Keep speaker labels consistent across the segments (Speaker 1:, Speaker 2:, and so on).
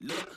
Speaker 1: Look,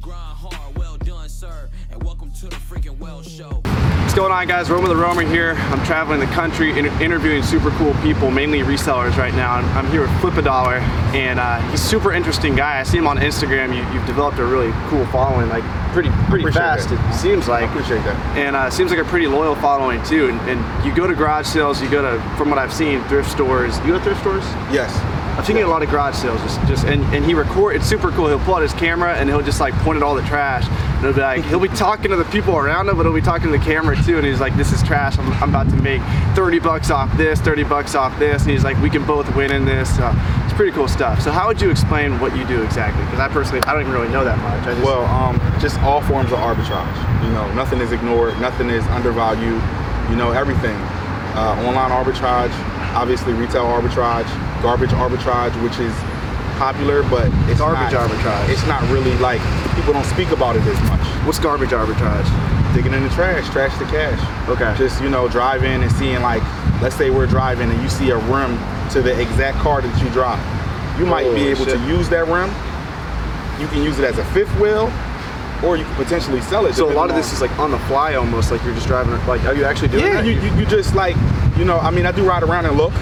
Speaker 1: grind hard, well done, sir, and welcome to the freaking well show.
Speaker 2: What's going on, guys? Rome the Roamer here. I'm traveling the country inter- interviewing super cool people, mainly resellers right now. I'm, I'm here with Flip a Dollar, and uh, he's a super interesting guy. I see him on Instagram. You, you've developed a really cool following, like pretty pretty
Speaker 3: Appreciate
Speaker 2: fast. It.
Speaker 3: it.
Speaker 2: seems like.
Speaker 3: appreciate that.
Speaker 2: And uh, seems like a pretty loyal following too. And, and you go to garage sales. You go to, from what I've seen, thrift stores. You go to thrift stores?
Speaker 3: Yes.
Speaker 2: I've seen you at a lot of garage sales, just, just and, and he record. It's super cool. He'll pull out his camera and he'll just like point at all the trash. And he'll be like, he'll be talking to the people around him, but he'll be talking to the camera too. And he's like, this is trash. I'm, I'm about to make 30 bucks off this, 30 bucks off this. And he's like, we can both win in this. Uh, it's pretty cool stuff. So how would you explain what you do exactly? Because I personally, I don't even really know that much. I just,
Speaker 3: Well, um, just all forms of arbitrage. You know, nothing is ignored, nothing is undervalued. You know, everything. Uh, online arbitrage, obviously retail arbitrage, garbage arbitrage, which is popular, but it's
Speaker 2: Garbage
Speaker 3: not-
Speaker 2: arbitrage.
Speaker 3: It's not really like people don't speak about it as much.
Speaker 2: what's garbage arbitrage?
Speaker 3: digging in the trash, trash to cash.
Speaker 2: Okay.
Speaker 3: Just you know, driving and seeing like, let's say we're driving and you see a rim to the exact car that you drive. You might be
Speaker 2: Holy
Speaker 3: able
Speaker 2: shit.
Speaker 3: to use that rim. You can use it as a fifth wheel, or you can potentially sell it.
Speaker 2: So a lot of
Speaker 3: depending
Speaker 2: this
Speaker 3: on-
Speaker 2: is like on the fly almost, like you're just driving. Like, are you actually doing
Speaker 3: yeah,
Speaker 2: that?
Speaker 3: you, you, you just like, you know, I mean, I do ride around and look,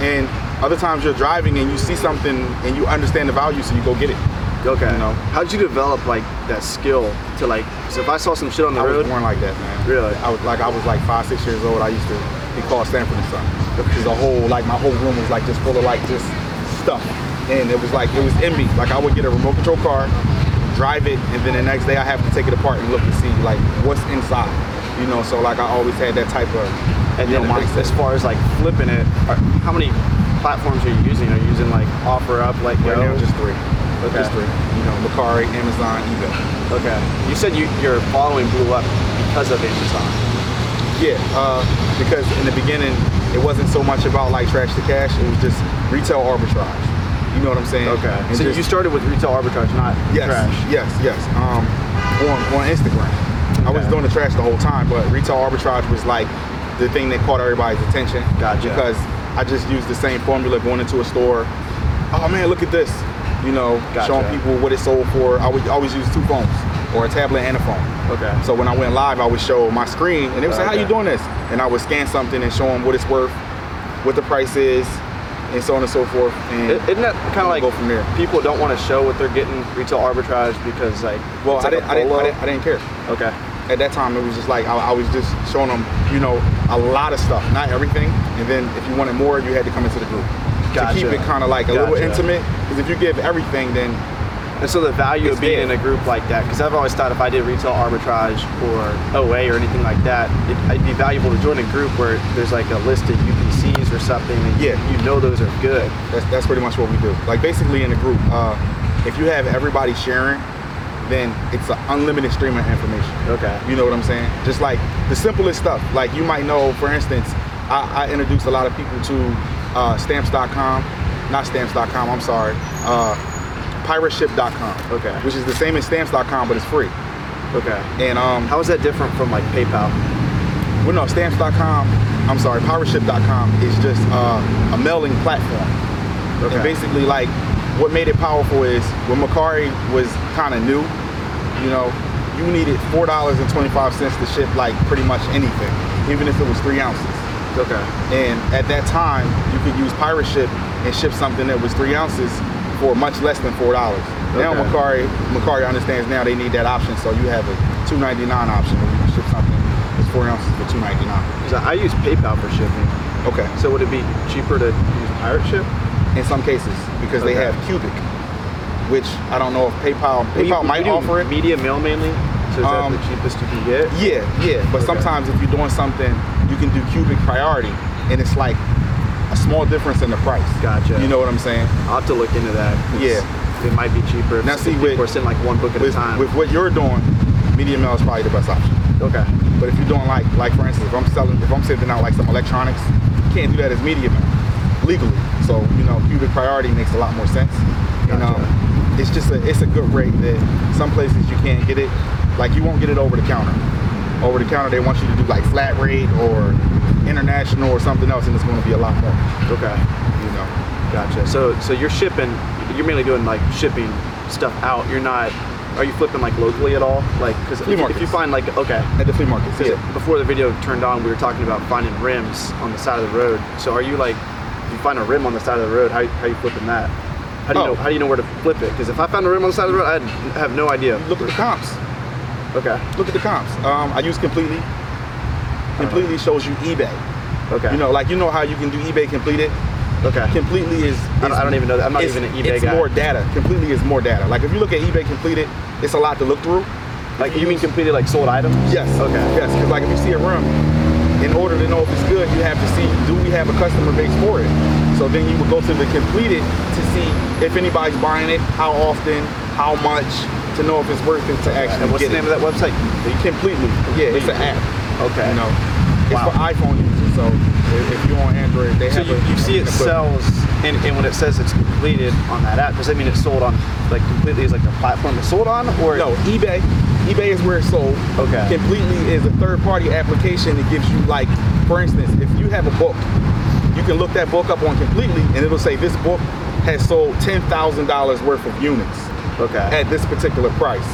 Speaker 3: and other times you're driving and you see something and you understand the value, so you go get it.
Speaker 2: Okay.
Speaker 3: You know?
Speaker 2: How'd you develop like that skill to like? So if I saw some shit on the
Speaker 3: I
Speaker 2: road,
Speaker 3: was born like that, man.
Speaker 2: Really?
Speaker 3: I was like I was like five, six years old. I used to be called Stanford and Son. Because the whole like my whole room was like just full of like just stuff, and it was like it was in me. Like I would get a remote control car, drive it, and then the next day I have to take it apart and look and see like what's inside. You know, so like I always had that type of
Speaker 2: and
Speaker 3: you
Speaker 2: then
Speaker 3: know,
Speaker 2: as,
Speaker 3: mindset.
Speaker 2: as far as like flipping it, are, how many platforms are you using? Are you using like offer up, like
Speaker 3: right now, just three.
Speaker 2: Okay.
Speaker 3: Just three. You know, Macari, Amazon, eBay.
Speaker 2: okay. You said you, your following blew up because of Amazon.
Speaker 3: Yeah, uh, because in the beginning, it wasn't so much about like trash to cash. It was just retail arbitrage. You know what I'm saying? And
Speaker 2: so
Speaker 3: just-
Speaker 2: you started with retail arbitrage, not
Speaker 3: yes,
Speaker 2: trash.
Speaker 3: yes, yes. Um, on on Instagram, I was
Speaker 2: Okay.
Speaker 3: doing the trash the whole time, but retail arbitrage was like the thing that caught everybody's attention.
Speaker 2: Gotcha.
Speaker 3: Because I just used the same formula going into a store. Oh man, look at this. You know,
Speaker 2: Gotcha.
Speaker 3: showing people what it sold for. I would always use two phones or a tablet and a phone.
Speaker 2: Okay.
Speaker 3: So when I went live, I would show my screen, and they would say, "How
Speaker 2: Okay.
Speaker 3: you doing this?" And I would scan something and show them what it's worth, what the price is, and so on and so forth. And
Speaker 2: I- Isn't that kind of
Speaker 3: We'll
Speaker 2: like
Speaker 3: go from there.
Speaker 2: people don't want to show what they're getting retail arbitrage because like
Speaker 3: well,
Speaker 2: it's like
Speaker 3: I
Speaker 2: a
Speaker 3: didn't, I, didn't,
Speaker 2: bolo?
Speaker 3: I didn't, I didn't care.
Speaker 2: okay.
Speaker 3: At that time, it was just like I, I was just showing them, you know, a lot of stuff, not everything. And then if you wanted more, you had to come into the group to keep
Speaker 2: Gotcha.
Speaker 3: it kind of like a little
Speaker 2: Gotcha.
Speaker 3: intimate. Because if you give everything, then
Speaker 2: And so the value of
Speaker 3: It's
Speaker 2: being
Speaker 3: there.
Speaker 2: in a group like that, because I've always thought if I did retail arbitrage or OA or anything like that, it, it'd be valuable to join a group where there's like a list of UPCs or something, and you-
Speaker 3: Yeah.
Speaker 2: you know those are good.
Speaker 3: That's, that's pretty much what we do. Like basically in a group, uh, if you have everybody sharing, then it's an unlimited stream of information.
Speaker 2: Okay.
Speaker 3: You know what I'm saying? Just like the simplest stuff. Like you might know, for instance, I, I introduced a lot of people to uh, stamps.com, not stamps.com. I'm sorry, uh, pirateship.com.
Speaker 2: Okay.
Speaker 3: Which is the same as stamps.com, but it's free.
Speaker 2: Okay.
Speaker 3: And um,
Speaker 2: How is that different from like PayPal?
Speaker 3: well, no, stamps.com, I'm sorry, pirateship.com is just uh, a mailing platform.
Speaker 2: Okay.
Speaker 3: And basically, like, what made it powerful is when Macari was kind of new, you know, you needed $4.25 to ship, like, pretty much anything, even if it was three ounces.
Speaker 2: Okay.
Speaker 3: And at that time, you could use pirate ship and ship something that was three ounces for much less than four dollars. Now
Speaker 2: Okay.
Speaker 3: Macari, Macari understands now they need that option, so you have a two ninety nine option where you can ship something that's four ounces for two ninety nine.
Speaker 2: 'Cause I I use PayPal for shipping.
Speaker 3: Okay.
Speaker 2: So would it be cheaper to use Pirate Ship?
Speaker 3: In some cases, because they
Speaker 2: Okay.
Speaker 3: have cubic, which I don't know if PayPal
Speaker 2: We-
Speaker 3: PayPal
Speaker 2: we
Speaker 3: might
Speaker 2: do
Speaker 3: offer it.
Speaker 2: Media mail mainly. So is
Speaker 3: Um,
Speaker 2: that the cheapest you can get?
Speaker 3: Yeah, yeah. But
Speaker 2: Okay.
Speaker 3: sometimes if you're doing something, you can do cubic priority, and it's like a small difference in the price.
Speaker 2: Gotcha.
Speaker 3: You know what I'm saying?
Speaker 2: I'll have to look into that. 'cause
Speaker 3: Yeah.
Speaker 2: It might be cheaper.
Speaker 3: Now, see,
Speaker 2: People
Speaker 3: with-
Speaker 2: are sending like one book at a
Speaker 3: with,
Speaker 2: time.
Speaker 3: with what you're doing, media mail is probably the best option.
Speaker 2: okay.
Speaker 3: But if you're doing like, like for instance, if I'm selling, if I'm sending out like some electronics, you can't do that as media mail legally. So you know, cubic priority makes a lot more sense. And
Speaker 2: Gotcha.
Speaker 3: um, it's just a, it's a good rate that some places you can't get it. Like you won't get it over the counter. Over the counter, they want you to do like flat rate or international or something else, and it's going to be a lot more.
Speaker 2: Okay.
Speaker 3: You know.
Speaker 2: Gotcha. So so you're shipping. You're mainly doing like shipping stuff out, you're not. Are you flipping like locally at all? Like, because if,
Speaker 3: Flea
Speaker 2: you- if you
Speaker 3: markets.
Speaker 2: find like okay,
Speaker 3: At the flea market.
Speaker 2: 'Cause before the video turned on, we were talking about finding rims on the side of the road. So are you like, if you find a rim on the side of the road, how, how you flipping that? How do you
Speaker 3: Oh.
Speaker 2: know? How do you know where to flip it? Because if I found a rim on the side of the road, I'd have no idea.
Speaker 3: Look at the comps.
Speaker 2: Okay.
Speaker 3: Look at the comps. Um, I use completely. Completely shows you eBay.
Speaker 2: Okay.
Speaker 3: You know, like you know how you can do eBay completed.
Speaker 2: Okay.
Speaker 3: Completely is.
Speaker 2: I don't-
Speaker 3: is-
Speaker 2: I don't even know that. I'm not
Speaker 3: it's-
Speaker 2: even an eBay
Speaker 3: it's
Speaker 2: guy.
Speaker 3: more data. Completely is more data. Like if you look at eBay completed, it's a lot to look through.
Speaker 2: Like you mean completed like sold items?
Speaker 3: Yes.
Speaker 2: Okay.
Speaker 3: Yes, because like if you see a room, in order to know if it's good, you have to see do we have a customer base for it. So then you would go to the completed to see if anybody's buying it, how often, how much, to know if it's worth it to actually
Speaker 2: And what's the
Speaker 3: get
Speaker 2: name
Speaker 3: it.
Speaker 2: of that website?
Speaker 3: Completely. Yeah, it's an app.
Speaker 2: Okay.
Speaker 3: You know, it's
Speaker 2: Wow.
Speaker 3: for iPhone users. So if, if you're on Android, they
Speaker 2: So
Speaker 3: have
Speaker 2: you,
Speaker 3: a,
Speaker 2: you see
Speaker 3: an
Speaker 2: it
Speaker 3: equivalent.
Speaker 2: sells, and, and when it says it's completed on that app, does that mean it's sold on like completely is like the platform it's sold on, or
Speaker 3: No, eBay. eBay is where it's sold.
Speaker 2: Okay.
Speaker 3: Completely is a third-party application that gives you like, for instance, if you have a book, you can look that book up on Completely, and it'll say this book has sold ten thousand dollars worth of units
Speaker 2: Okay.
Speaker 3: at this particular price.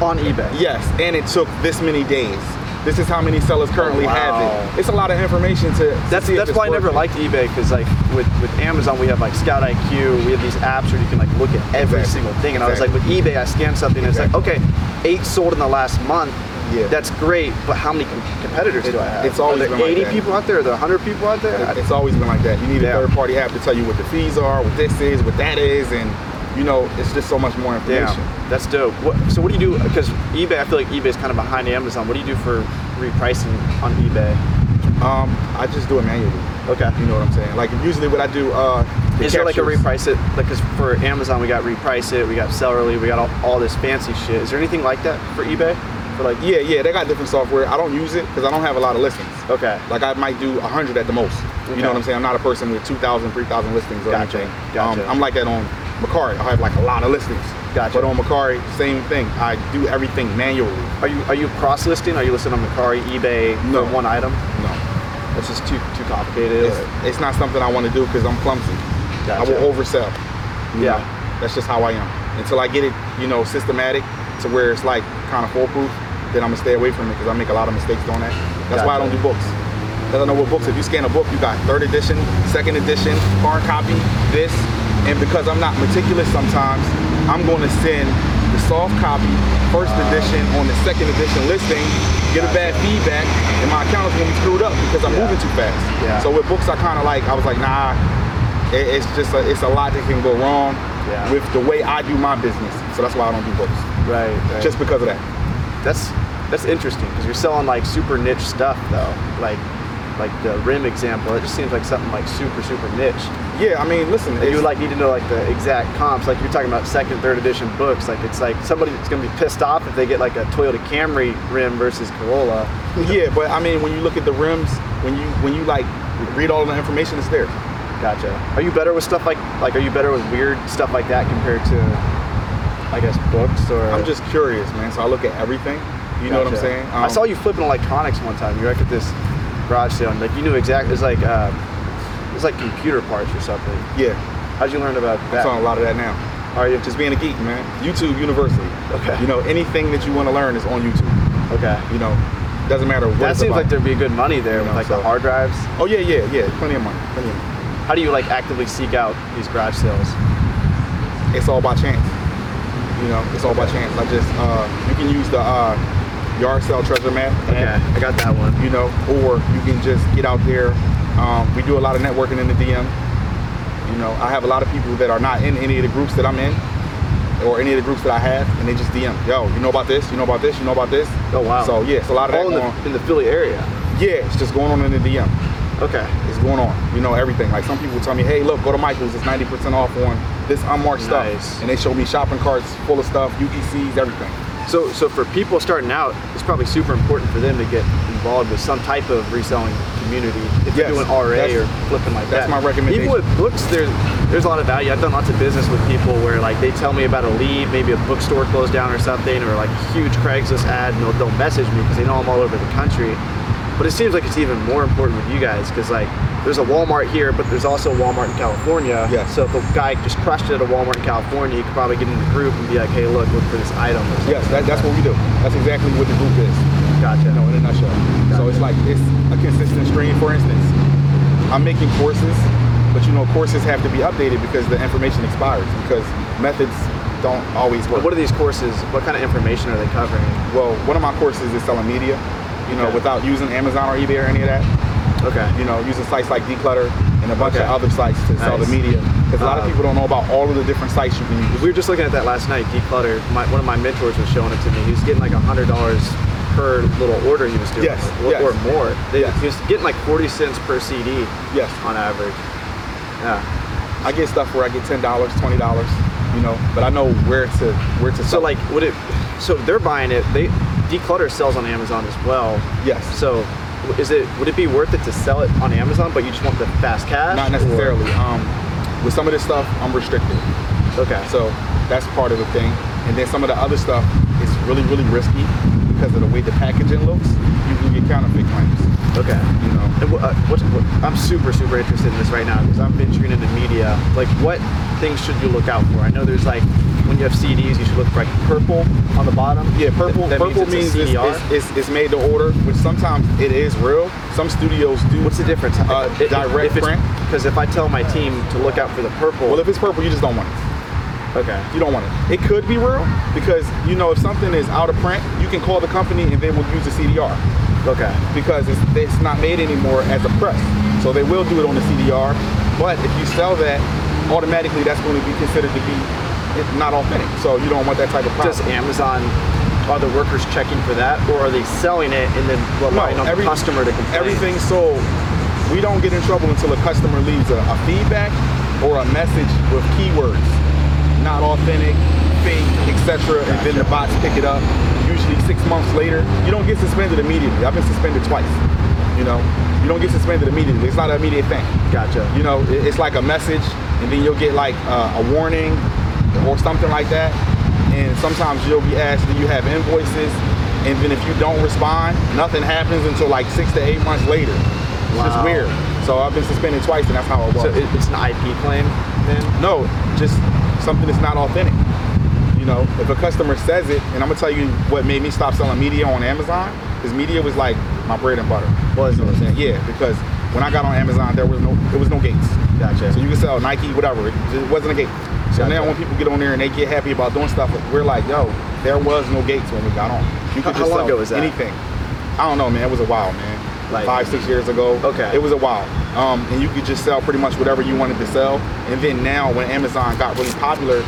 Speaker 2: on eBay.
Speaker 3: Yes, and it took this many days. This is how many sellers currently
Speaker 2: wow.
Speaker 3: have it. It's a lot of information to. to
Speaker 2: That's
Speaker 3: see if
Speaker 2: that's
Speaker 3: it's
Speaker 2: why I never
Speaker 3: worth it.
Speaker 2: liked eBay because like with, with Amazon we have like Scout IQ, we have these apps where you can like look at every
Speaker 3: Exactly.
Speaker 2: single thing, and I was like with eBay I scan something and it's like okay, eight sold in the last month.
Speaker 3: Yeah.
Speaker 2: That's great, but how many com- competitors
Speaker 3: It-
Speaker 2: do I have?
Speaker 3: it's always
Speaker 2: Are there
Speaker 3: been like
Speaker 2: 80
Speaker 3: that.
Speaker 2: people out there? Are there 100 people out there?
Speaker 3: It- It's always been like that. You need
Speaker 2: Yeah.
Speaker 3: a third party app to tell you what the fees are, what this is, what that is, and you know, it's just so much more information.
Speaker 2: Yeah, that's dope. What, so what do you do? Because eBay, I feel like eBay is kind of behind Amazon. What do you do for repricing on eBay?
Speaker 3: Um, I just do it manually.
Speaker 2: Okay.
Speaker 3: You know what I'm saying? Like usually what I do, uh, the
Speaker 2: Is there like a
Speaker 3: captures-
Speaker 2: reprice it? Like, 'cause for Amazon, we got reprice it, we got sellerly, we got all, all this fancy shit. Is there anything like that for eBay? For like, e,
Speaker 3: Yeah, yeah, they got different software. I don't use it because I don't have a lot of listings.
Speaker 2: okay,
Speaker 3: Like I might do 100 at the most.
Speaker 2: Okay.
Speaker 3: You know what I'm saying? I'm not a person with 2,000, 3,000 listings or
Speaker 2: Gotcha,
Speaker 3: anything.
Speaker 2: gotcha.
Speaker 3: Um, I'm like that on Macari. I have like a lot of listings.
Speaker 2: Gotcha.
Speaker 3: But on Macari, same thing. I do everything manually.
Speaker 2: are you are you cross listing? Are you listing on Mercari, eBay
Speaker 3: No.
Speaker 2: for one item?
Speaker 3: No.
Speaker 2: That's just too too complicated.
Speaker 3: It's, it's not something I want to do because I'm clumsy. I
Speaker 2: Gotcha.
Speaker 3: will oversell. you
Speaker 2: Yeah.
Speaker 3: know? That's just how I am. Until I get it, you know, systematic to where it's like kind of foolproof, then I'm gonna stay away from it because I make a lot of mistakes doing that. That's why I don't
Speaker 2: Gotcha.
Speaker 3: do books. Because I know what books, if you scan a book, you got third edition, second edition, hard copy, this. And because I'm not meticulous sometimes, I'm gonna send the soft copy, first edition on the second edition listing, get a bad feedback, and my account is gonna be screwed up because I'm
Speaker 2: Yeah.
Speaker 3: moving too fast.
Speaker 2: Yeah.
Speaker 3: So with books, I kind of like, I was like, nah, it, it's just, a, it's a lot that can go wrong
Speaker 2: Yeah.
Speaker 3: with the way I do my business. So that's why I don't do books,
Speaker 2: Right, right.
Speaker 3: just because of that.
Speaker 2: that's that's interesting because you're selling like super niche stuff though like like the rim example it just seems like something like super super niche
Speaker 3: Yeah, I mean, listen,
Speaker 2: and you
Speaker 3: it's-
Speaker 2: would like need to know like the exact comps like you're talking about second third edition books like it's like somebody that's going to be pissed off if they get like a toyota camry rim versus corolla
Speaker 3: yeah, but I mean, when you look at the rims, when you when you like read all the information, it's there.
Speaker 2: gotcha are you better with stuff like like are you better with weird stuff like that compared to i guess books or
Speaker 3: I'm just curious, man. So I look at everything. You know what I'm
Speaker 2: Gotcha.
Speaker 3: saying?
Speaker 2: I
Speaker 3: Um,
Speaker 2: saw you flipping electronics one time. You were like at this garage sale, and like you knew exactly. It's like uh, it's like computer parts or something.
Speaker 3: Yeah,
Speaker 2: How'd you learn about
Speaker 3: I'm
Speaker 2: that?
Speaker 3: selling a lot of that now.
Speaker 2: Are you
Speaker 3: Just being a geek, man. YouTube University.
Speaker 2: Okay.
Speaker 3: You know, anything that you want to learn is on YouTube.
Speaker 2: okay?
Speaker 3: You know, doesn't matter what.
Speaker 2: That
Speaker 3: it's
Speaker 2: seems
Speaker 3: about.
Speaker 2: like there'd be good money there
Speaker 3: You
Speaker 2: with
Speaker 3: know,
Speaker 2: like the
Speaker 3: so-
Speaker 2: hard drives.
Speaker 3: Oh yeah, yeah, yeah. Plenty of money. Plenty of money.
Speaker 2: How do you like actively seek out these garage sales?
Speaker 3: it's all by chance. You know, it's all by chance. I just uh, you can use the uh, yard sale treasure map. app,
Speaker 2: I got that one.
Speaker 3: You know, or you can just get out there. Um, we do a lot of networking in the DM. You know, I have a lot of people that are not in any of the groups that I'm in, or any of the groups that I have, and they just DM. Yo, you know about this? You know about this? You know about this?
Speaker 2: Oh wow!
Speaker 3: So yeah, it's a lot of that
Speaker 2: all in
Speaker 3: going
Speaker 2: the,
Speaker 3: on.
Speaker 2: in the Philly area.
Speaker 3: Yeah, it's just going on in the DM.
Speaker 2: Okay.
Speaker 3: It's going on. You know everything. Like some people tell me, hey, look, go to Michael's. It's 90% off on this unmarked
Speaker 2: Nice.
Speaker 3: stuff. And they show me shopping carts full of stuff, UPCs, everything.
Speaker 2: So so for people starting out, it's probably super important for them to get involved with some type of reselling community. If
Speaker 3: Yes,
Speaker 2: you're doing RA
Speaker 3: that's-
Speaker 2: or flipping like that.
Speaker 3: that's my recommendation.
Speaker 2: Even with books, there's there's a lot of value. I've done lots of business with people where like they tell me about a lead, maybe a bookstore closed down or something, or like a huge Craigslist ad, and they'll, they'll message me because they know I'm all over the country. But it seems like it's even more important with you guys because like there's a Walmart here, but there's also a Walmart in California.
Speaker 3: Yes.
Speaker 2: So if a guy just crushed it at a Walmart in California, he could probably get in the group and be like, hey, look, look for this item. or something
Speaker 3: Yes,
Speaker 2: like
Speaker 3: that, that's what we do. That's exactly what the group is.
Speaker 2: Gotcha.
Speaker 3: you know, in a nutshell. So it's like it's a consistent stream. For instance, I'm making courses, but you know, courses have to be updated because the information expires because methods don't always work.
Speaker 2: But what are these courses? What kind of information are they covering?
Speaker 3: well, one of my courses is selling media, you know,
Speaker 2: Okay.
Speaker 3: without using Amazon or eBay or any of that.
Speaker 2: Okay.
Speaker 3: You know, using sites like Declutter and a bunch
Speaker 2: Okay.
Speaker 3: of other sites to sell the
Speaker 2: Nice.
Speaker 3: media. Because a lot of
Speaker 2: Um,
Speaker 3: people don't know about all of the different sites you can use.
Speaker 2: We were just looking at that last night. Declutter. My, one of my mentors was showing it to me. He was getting like hundred dollars per little order he was doing,
Speaker 3: Yes,
Speaker 2: or,
Speaker 3: yes.
Speaker 2: or more. They,
Speaker 3: Yes.
Speaker 2: He was getting like forty cents per CD
Speaker 3: Yes.
Speaker 2: on average. Yeah.
Speaker 3: I get stuff where I get ten dollars, twenty dollars, you know, but I know where to where to.
Speaker 2: So
Speaker 3: sell.
Speaker 2: like, would it? So they're buying it. They Declutter sells on Amazon as well.
Speaker 3: Yes.
Speaker 2: So w- is it? Would it be worth it to sell it on Amazon, but you just want the fast cash?
Speaker 3: Not
Speaker 2: or-
Speaker 3: necessarily. Um, with some of this stuff, I'm restricted.
Speaker 2: Okay. So
Speaker 3: So that's part of the thing. And then some of the other stuff is really, really risky because of the way the packaging looks. You can get counterfeit claims,
Speaker 2: okay.
Speaker 3: you know.
Speaker 2: And wh- uh, what, what, I'm super, super interested in this right now because I'm venturing into media. Like, what things should you look out for? I know there's like when you have CDs, you should look for like purple on the bottom.
Speaker 3: Yeah, purple.
Speaker 2: That, that
Speaker 3: purple
Speaker 2: means,
Speaker 3: means,
Speaker 2: it's a CDR.
Speaker 3: it's, it's, it's made to order, which sometimes it is real. Some studios do.
Speaker 2: What's the difference?
Speaker 3: Uh, direct print.
Speaker 2: Because if I tell my team to look out for the purple,
Speaker 3: Well, if it's purple, you just don't want it.
Speaker 2: okay,
Speaker 3: You don't want it. It could be real because you know if something is out of print, you can call the company and they will use a CDR.
Speaker 2: okay,
Speaker 3: because it's, it's not made anymore as a press. So they will do it on the CDR, but if you sell that, automatically that's going to be considered to be not authentic. So you don't want that type of problem.
Speaker 2: does Amazon? Are the workers checking for that, or are they selling it and then relying on
Speaker 3: every-
Speaker 2: the customer to complain?
Speaker 3: Everything sold. We don't get in trouble until a customer leaves a, a feedback or a message with keywords, not authentic, fake, etc. And then the bots pick it up. Usually six months later, you don't get suspended immediately. I've been suspended twice. You know, you don't get suspended immediately. It's not an immediate thing.
Speaker 2: Gotcha.
Speaker 3: You know, it- it's like a message, and then you'll get like uh, a warning or something like that. And sometimes you'll be asked, do you have invoices? And then if you don't respond, nothing happens until like six to eight months later. It's just
Speaker 2: Wow.
Speaker 3: weird. So I've been suspended twice, and that's how it was.
Speaker 2: So it, it's an IP claim, then.
Speaker 3: no, just something that's not authentic. You know, if a customer says it, and I'm gonna tell you what made me stop selling media on Amazon, because media was like my bread and butter.
Speaker 2: Was
Speaker 3: You know what I'm saying? Yeah, because when I got on Amazon, there was no, it was no gates.
Speaker 2: Gotcha.
Speaker 3: So you can sell Nike, whatever. It just wasn't a gate. So
Speaker 2: Gotcha.
Speaker 3: now when people get on there and they get happy about doing stuff, we're like, yo, there was no gates when we got on. You
Speaker 2: How- how long
Speaker 3: sell
Speaker 2: ago was that?
Speaker 3: Anything. I don't know, man. It was a while, man.
Speaker 2: Like-
Speaker 3: five, six years ago.
Speaker 2: Okay.
Speaker 3: It was a while. Um, and you could just sell pretty much whatever you wanted to sell. And then now when Amazon got really popular,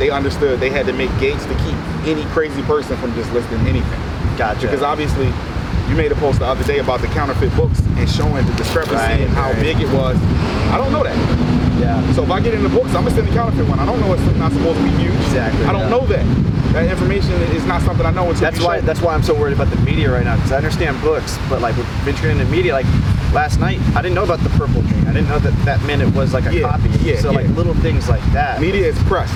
Speaker 3: they understood they had to make gates to keep any crazy person from just listing anything.
Speaker 2: gotcha.
Speaker 3: Because obviously, you made a post the other day about the counterfeit books and showing the discrepancy
Speaker 2: Right,
Speaker 3: and how
Speaker 2: right.
Speaker 3: big it was. I don't know that.
Speaker 2: yeah.
Speaker 3: So if I get in the books, I'm gonna send the counterfeit one. I don't know it's not supposed to be huge.
Speaker 2: Exactly,
Speaker 3: I don't
Speaker 2: yeah.
Speaker 3: know that. That information is not something I know until
Speaker 2: That's
Speaker 3: you
Speaker 2: why.
Speaker 3: show me.
Speaker 2: That's why I'm so worried about the media right now. Because I understand books, but like with venturing into media, like last night, I didn't know about the purple thing. I didn't know that that meant it was like a
Speaker 3: Yeah,
Speaker 2: copy.
Speaker 3: yeah,
Speaker 2: so like
Speaker 3: yeah.
Speaker 2: little things like that.
Speaker 3: media is pressed.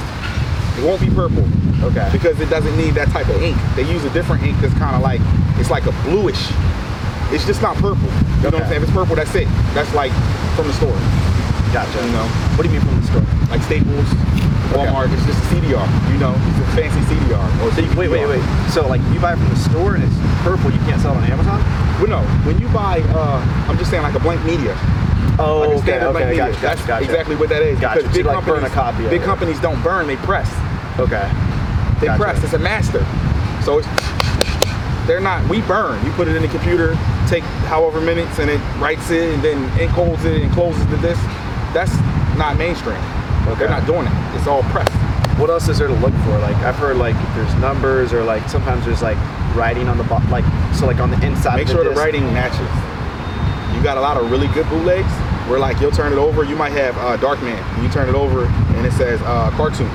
Speaker 3: It won't be purple
Speaker 2: Okay.
Speaker 3: because it doesn't need that type of ink. They use a different ink that's kind of like it's like a bluish. It's just not purple. You know what
Speaker 2: Okay.
Speaker 3: I'm saying? If it's purple, that's it. That's like from the store,
Speaker 2: gotcha.
Speaker 3: you know.
Speaker 2: What do you mean from the store?
Speaker 3: like Staples, Walmart. It's just a CDR. You know, it's a fancy CDR. Or
Speaker 2: So you, wait, wait,
Speaker 3: CDR.
Speaker 2: wait. So like you buy it from the store and it's purple, you can't sell it on Amazon.
Speaker 3: Well, no. When you buy, uh, I'm just saying like a blank media.
Speaker 2: Oh,
Speaker 3: Like a
Speaker 2: okay,
Speaker 3: standard blank
Speaker 2: okay,
Speaker 3: media.
Speaker 2: gotcha,
Speaker 3: That's
Speaker 2: gotcha, gotcha.
Speaker 3: exactly what that is.
Speaker 2: Gotcha.
Speaker 3: Because
Speaker 2: So
Speaker 3: big
Speaker 2: you, like,
Speaker 3: companies,
Speaker 2: burn a copy of
Speaker 3: big
Speaker 2: it.
Speaker 3: companies don't burn; they press.
Speaker 2: Okay.
Speaker 3: They
Speaker 2: Gotcha.
Speaker 3: press. It's a master. So it's they're not. We burn. You put it in the computer, take however minutes, and it writes it, and then encodes it and closes the disk. That's not mainstream.
Speaker 2: Okay.
Speaker 3: They're not doing it. It's all press.
Speaker 2: What else is there to look for? Like I've heard like if there's numbers or like sometimes there's like writing on the bo- like so like on the inside.
Speaker 3: Make
Speaker 2: of
Speaker 3: sure the
Speaker 2: disc.
Speaker 3: writing matches. You got a lot of really good bootlegs where like you'll turn it over. You might have uh, Darkman. and You turn it over and it says uh, cartoon.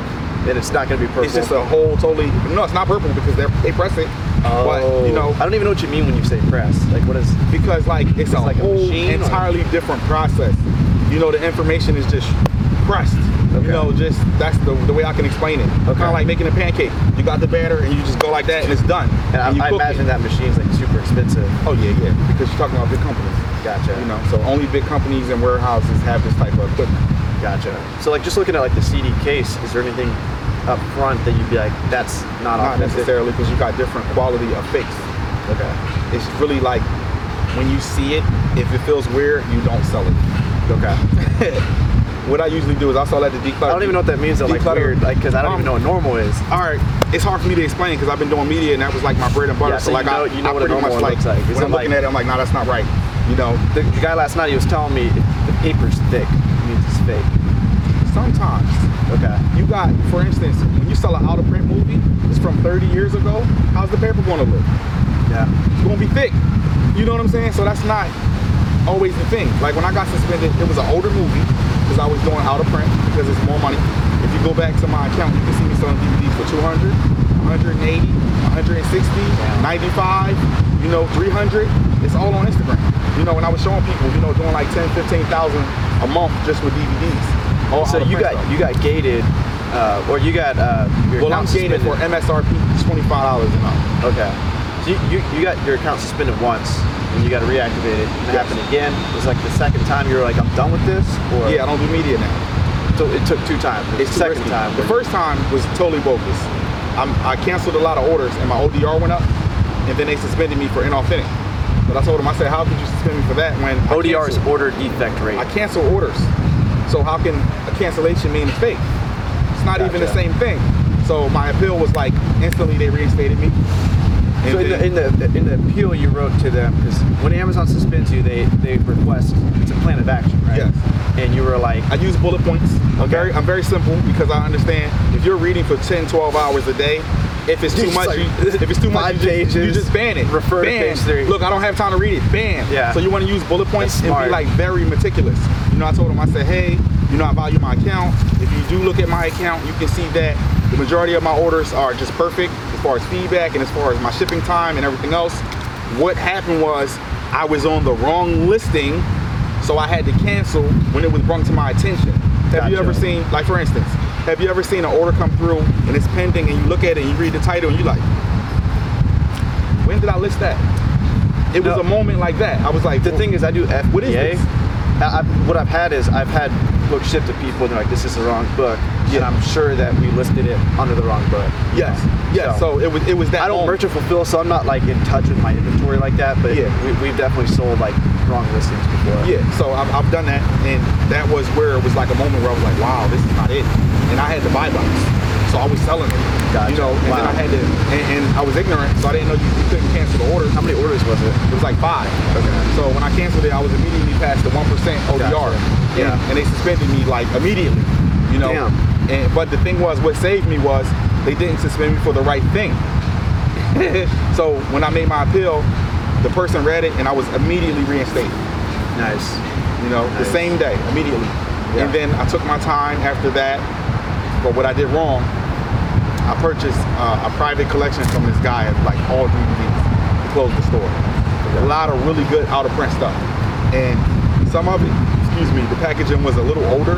Speaker 2: Then it's not gonna be purple.
Speaker 3: It's just a whole totally. No, it's not purple because they're, they press it. But you know,
Speaker 2: Oh. I don't even know what you mean when you say press. Like, what is?
Speaker 3: because like it's, a
Speaker 2: like a
Speaker 3: whole
Speaker 2: machine or-
Speaker 3: entirely different process. You know, the information is just pressed.
Speaker 2: Okay.
Speaker 3: You know, just that's the, the way I can explain it.
Speaker 2: Okay.
Speaker 3: Kind of like making a pancake. You got the batter and you just go like that and it's done.
Speaker 2: And I,
Speaker 3: you
Speaker 2: I
Speaker 3: cook it.
Speaker 2: imagine that machine's like super expensive.
Speaker 3: Oh yeah, yeah. Because you're talking about big companies.
Speaker 2: Gotcha.
Speaker 3: You know, so only big companies and warehouses have this type of equipment.
Speaker 2: Gotcha. So like just looking at like the CD case, is there anything up front that you'd be like, that's not,
Speaker 3: Not
Speaker 2: authentic?
Speaker 3: necessarily because you got different quality of face.
Speaker 2: Okay.
Speaker 3: It's really like when you see it, if it feels weird, you don't sell it.
Speaker 2: Okay.
Speaker 3: What I usually do is I sell at the declutter.
Speaker 2: I don't even know what that means though. Like
Speaker 3: Declutter.
Speaker 2: weird, like because I don't
Speaker 3: Um,
Speaker 2: even know what normal is.
Speaker 3: All right, it's hard for me to explain because I've been doing media and that was like my bread and butter.
Speaker 2: Yeah, so
Speaker 3: like
Speaker 2: you know-
Speaker 3: I,
Speaker 2: you know
Speaker 3: I
Speaker 2: what a
Speaker 3: pretty
Speaker 2: normal one
Speaker 3: much like,
Speaker 2: looks like. It's
Speaker 3: when I'm
Speaker 2: not
Speaker 3: looking
Speaker 2: like-
Speaker 3: at it, I'm like, nah, that's not right. You know,
Speaker 2: The, the guy last night he was telling me the paper's thick it means it's fake.
Speaker 3: sometimes
Speaker 2: Okay.
Speaker 3: you got, for instance, when you sell an out of print movie, it's from 30 years ago. How's the paper going to look?
Speaker 2: Yeah.
Speaker 3: It's going to be thick. You know what I'm saying? So that's not always the thing. Like when I got suspended, it was an older movie because I was doing out of print because it's more money. If you go back to my account, you can see me selling DVDs for 200, 180, 160, 95, you know, 300. It's all on Instagram. You know, and I was showing people, you know, doing like 10, 15,000 a month just with DVDs. All
Speaker 2: So
Speaker 3: out of
Speaker 2: you
Speaker 3: print
Speaker 2: got
Speaker 3: stuff.
Speaker 2: you got gated, uh, or you got uh, your
Speaker 3: well, I'm
Speaker 2: account
Speaker 3: gated for
Speaker 2: suspended.
Speaker 3: MSRP $25 an hour.
Speaker 2: Okay. So you, you, you got your account suspended once, and you got to reactivate it. And it
Speaker 3: Yes.
Speaker 2: happened again. It was like the second time you were like, I'm done with this. Or
Speaker 3: Yeah, I don't do media now.
Speaker 2: So it took two times.
Speaker 3: It's
Speaker 2: the
Speaker 3: too
Speaker 2: second
Speaker 3: risky.
Speaker 2: time.
Speaker 3: The first time was totally bogus. I'm, I canceled a lot of orders and my ODR went up, and then they suspended me for inauthentic. But I told them, I said, how could you suspend me for that when I
Speaker 2: ODR is
Speaker 3: canceled-
Speaker 2: order defect rate.
Speaker 3: I cancel orders. So how can a cancellation mean it's fake? It's not even the
Speaker 2: Gotcha.
Speaker 3: same thing. So my appeal was like instantly they reinstated me. And
Speaker 2: So in
Speaker 3: then-
Speaker 2: the, in the in the appeal you wrote to them, because when Amazon suspends you, they they request it's a plan of action, right?
Speaker 3: Yes.
Speaker 2: And you were like,
Speaker 3: I use bullet points. I'm
Speaker 2: Okay.
Speaker 3: very I'm very simple because I understand if you're reading for 10, 12 hours a day, if it's too
Speaker 2: It's
Speaker 3: much,
Speaker 2: like
Speaker 3: you, if it's too much,
Speaker 2: five
Speaker 3: you just, you
Speaker 2: pages,
Speaker 3: just ban it.
Speaker 2: refer to
Speaker 3: ban.
Speaker 2: page three.
Speaker 3: Look, I don't have time to read it. Ban.
Speaker 2: Yeah.
Speaker 3: So you want to use bullet points
Speaker 2: That's
Speaker 3: and be
Speaker 2: smart.
Speaker 3: like very meticulous. You know, I told them, I said, hey, you know, I value my account. If you do look at my account, you can see that the majority of my orders are just perfect as far as feedback and as far as my shipping time and everything else. What happened was I was on the wrong listing, so I had to cancel when it was brought to my attention. Have you
Speaker 2: Gotcha.
Speaker 3: ever seen, like for instance, have you ever seen an order come through and it's pending and you look at it and you read the title and you like, when did I list that? It was
Speaker 2: No.
Speaker 3: a moment like that. I was like,
Speaker 2: the thing is, I do FBA.
Speaker 3: What is this?
Speaker 2: I, I- what I've had is I've had books shipped to people, and they're like, this is the wrong book, and
Speaker 3: Yeah.
Speaker 2: I'm sure that we listed it under the wrong book. you
Speaker 3: Yes.
Speaker 2: know?
Speaker 3: Yes. So, it was it was that.
Speaker 2: I don't
Speaker 3: moment.
Speaker 2: merchant fulfill, so I'm not like in touch with my inventory like that. But
Speaker 3: Yeah.
Speaker 2: we, we've definitely sold like wrong listings before.
Speaker 3: Yeah. So I've, I've done that, and that was where it was like a moment where I was like, wow, this is not it, and I had to buy box, so I was selling it.
Speaker 2: Gotcha.
Speaker 3: You know, and
Speaker 2: Wow.
Speaker 3: then I had to, and, and I was ignorant, so I didn't know you, you couldn't cancel the orders.
Speaker 2: How many orders was it?
Speaker 3: It was like five.
Speaker 2: Okay.
Speaker 3: So when I canceled it, I was immediately past the one percent ODR.
Speaker 2: Gotcha.
Speaker 3: And,
Speaker 2: Yeah.
Speaker 3: and they suspended me like immediately. You know.
Speaker 2: Damn.
Speaker 3: And but the thing was, what saved me was they didn't suspend me for the right thing. so when I made my appeal, the person read it and I was immediately reinstated.
Speaker 2: Nice.
Speaker 3: You know, the
Speaker 2: Nice.
Speaker 3: same day immediately.
Speaker 2: Yeah.
Speaker 3: And then I took my time after that. But what I did wrong, I purchased uh, a private collection from this guy at like all DVDs. He closed the store. A lot of really good out of print stuff. And some of it, excuse me, the packaging was a little older.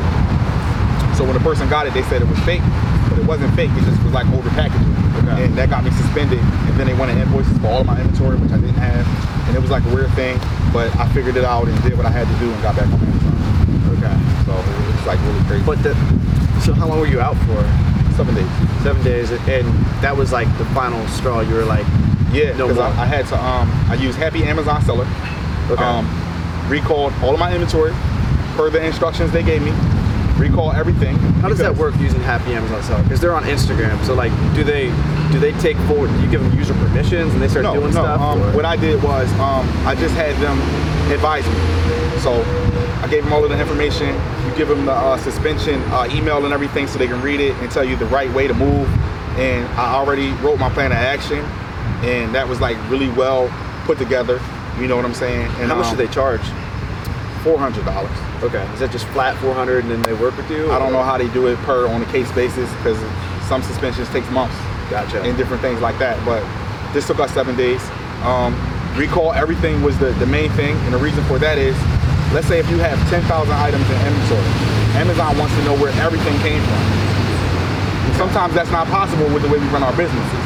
Speaker 3: So when the person got it, they said it was fake. But it wasn't fake, it just was like older packaging.
Speaker 2: Okay.
Speaker 3: And that got me suspended. And then they wanted invoices for all of my inventory, which I didn't have. And it was like a weird thing, but I figured it out and did what I had to do and got back on Amazon.
Speaker 2: Okay.
Speaker 3: So it was like really crazy.
Speaker 2: But the so how long were you out for?
Speaker 3: seven days.
Speaker 2: Seven days, and that was like the final straw. You were like,
Speaker 3: Yeah,
Speaker 2: No
Speaker 3: because I,
Speaker 2: more.
Speaker 3: I had to. Um, I used Happy Amazon Seller.
Speaker 2: Okay.
Speaker 3: Um, recalled all of my inventory per the instructions they gave me. Recall everything.
Speaker 2: how does that work using Happy Amazon Seller? Because they're on Instagram, so like, do they do they take forward? Do you give them user permissions and they start
Speaker 3: no,
Speaker 2: doing
Speaker 3: no.
Speaker 2: stuff?
Speaker 3: um,
Speaker 2: or-
Speaker 3: what I did was um, I just had them advise me. So I gave them all of the information. You give them the uh, suspension uh, email and everything so they can read it and tell you the right way to move. And I already wrote my plan of action, and that was like really well put together. You know what I'm saying? And
Speaker 2: how much
Speaker 3: um,
Speaker 2: do they charge?
Speaker 3: Four hundred dollars.
Speaker 2: Okay, is that just flat 400 and then they work with you?
Speaker 3: I don't
Speaker 2: or-
Speaker 3: know how they do it per on a case basis because some suspensions takes months
Speaker 2: Gotcha.
Speaker 3: and different things like that. But this took us seven days. Um, recall everything was the, the main thing, and the reason for that is, let's say if you have 10,000 items in inventory, Amazon wants to know where everything came from. And sometimes that's not possible with the way we run our businesses.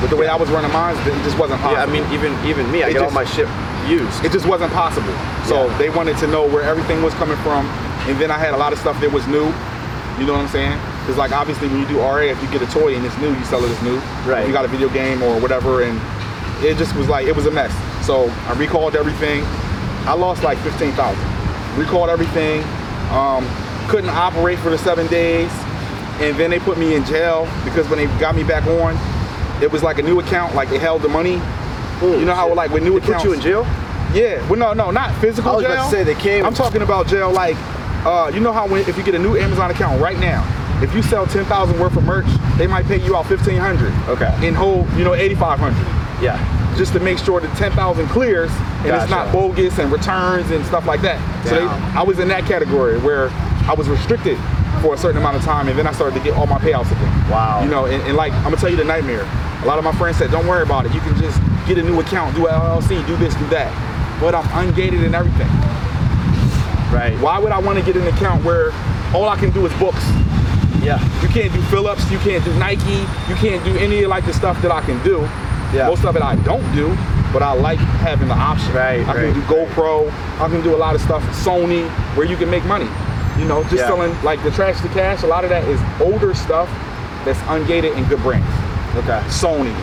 Speaker 3: With the way I was running mine, it just wasn't possible.
Speaker 2: yeah, I mean, even even me, I
Speaker 3: It
Speaker 2: get all
Speaker 3: just-
Speaker 2: my shit used.
Speaker 3: it just wasn't possible. So
Speaker 2: Yeah.
Speaker 3: they wanted to know where everything was coming from, and then I had a lot of stuff that was new. You know what I'm saying? Because like obviously when you do RA, if you get a toy and it's new, you sell it as new.
Speaker 2: Right.
Speaker 3: If you got a video game or whatever, and it just was like it was a mess. So I recalled everything. I lost like fifteen thousand. Recalled everything. Um, couldn't operate for the seven days, and then they put me in jail because when they got me back on, it was like a new account. Like they held the money. you know how
Speaker 2: shit.
Speaker 3: like with new
Speaker 2: They
Speaker 3: accounts,
Speaker 2: put you in jail?
Speaker 3: yeah. Well, no, no, not physical
Speaker 2: I was
Speaker 3: jail.
Speaker 2: about to say they came-
Speaker 3: I'm talking about jail like, uh, you know how when if you get a new Amazon account right now, if you sell ten thousand worth of merch, they might pay you out fifteen hundred.
Speaker 2: Okay.
Speaker 3: In whole, you know, eighty five hundred,
Speaker 2: Yeah.
Speaker 3: just to make sure the ten thousand clears and it's not
Speaker 2: Gotcha.
Speaker 3: bogus and returns and stuff like that. So they,
Speaker 2: Damn.
Speaker 3: I was in that category where I was restricted for a certain amount of time, and then I started to get all my payouts again.
Speaker 2: Wow.
Speaker 3: You know, and, and like I'm gonna tell you the nightmare. A lot of my friends said, "Don't worry about it. You can just get a new account, do an LLC, do this, do that." But I'm ungated and everything.
Speaker 2: Right.
Speaker 3: Why would I want to get an account where all I can do is books?
Speaker 2: Yeah.
Speaker 3: You can't do Phillips, you can't do Nike, you can't do any of like the stuff that I can do.
Speaker 2: Yeah.
Speaker 3: Most of it I don't do, but I like having the option.
Speaker 2: Right,
Speaker 3: I
Speaker 2: right,
Speaker 3: can do GoPro. I can do a lot of stuff. Sony, where you can make money. You know, just
Speaker 2: Yeah.
Speaker 3: selling like the trash to cash. A lot of that is older stuff that's ungated and good brands.
Speaker 2: Okay.
Speaker 3: Sony,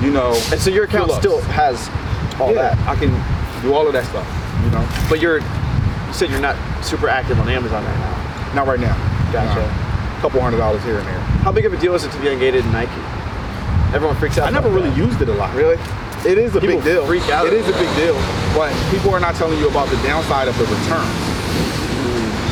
Speaker 3: you know.
Speaker 2: And so your account
Speaker 3: Phillips.
Speaker 2: still has all
Speaker 3: yeah,
Speaker 2: that,
Speaker 3: I can do all of that stuff. You know,
Speaker 2: but you're you said you're not super active on Amazon right now.
Speaker 3: not right now.
Speaker 2: Gotcha.
Speaker 3: A couple hundred dollars here and there.
Speaker 2: How big of a deal is it to be ungated in Nike? Everyone freaks out.
Speaker 3: I never
Speaker 2: about
Speaker 3: really
Speaker 2: that.
Speaker 3: used it a lot.
Speaker 2: Really?
Speaker 3: It is a
Speaker 2: People
Speaker 3: big deal.
Speaker 2: freak out
Speaker 3: It is a
Speaker 2: about
Speaker 3: big deal. But people are not telling you about the downside of the returns.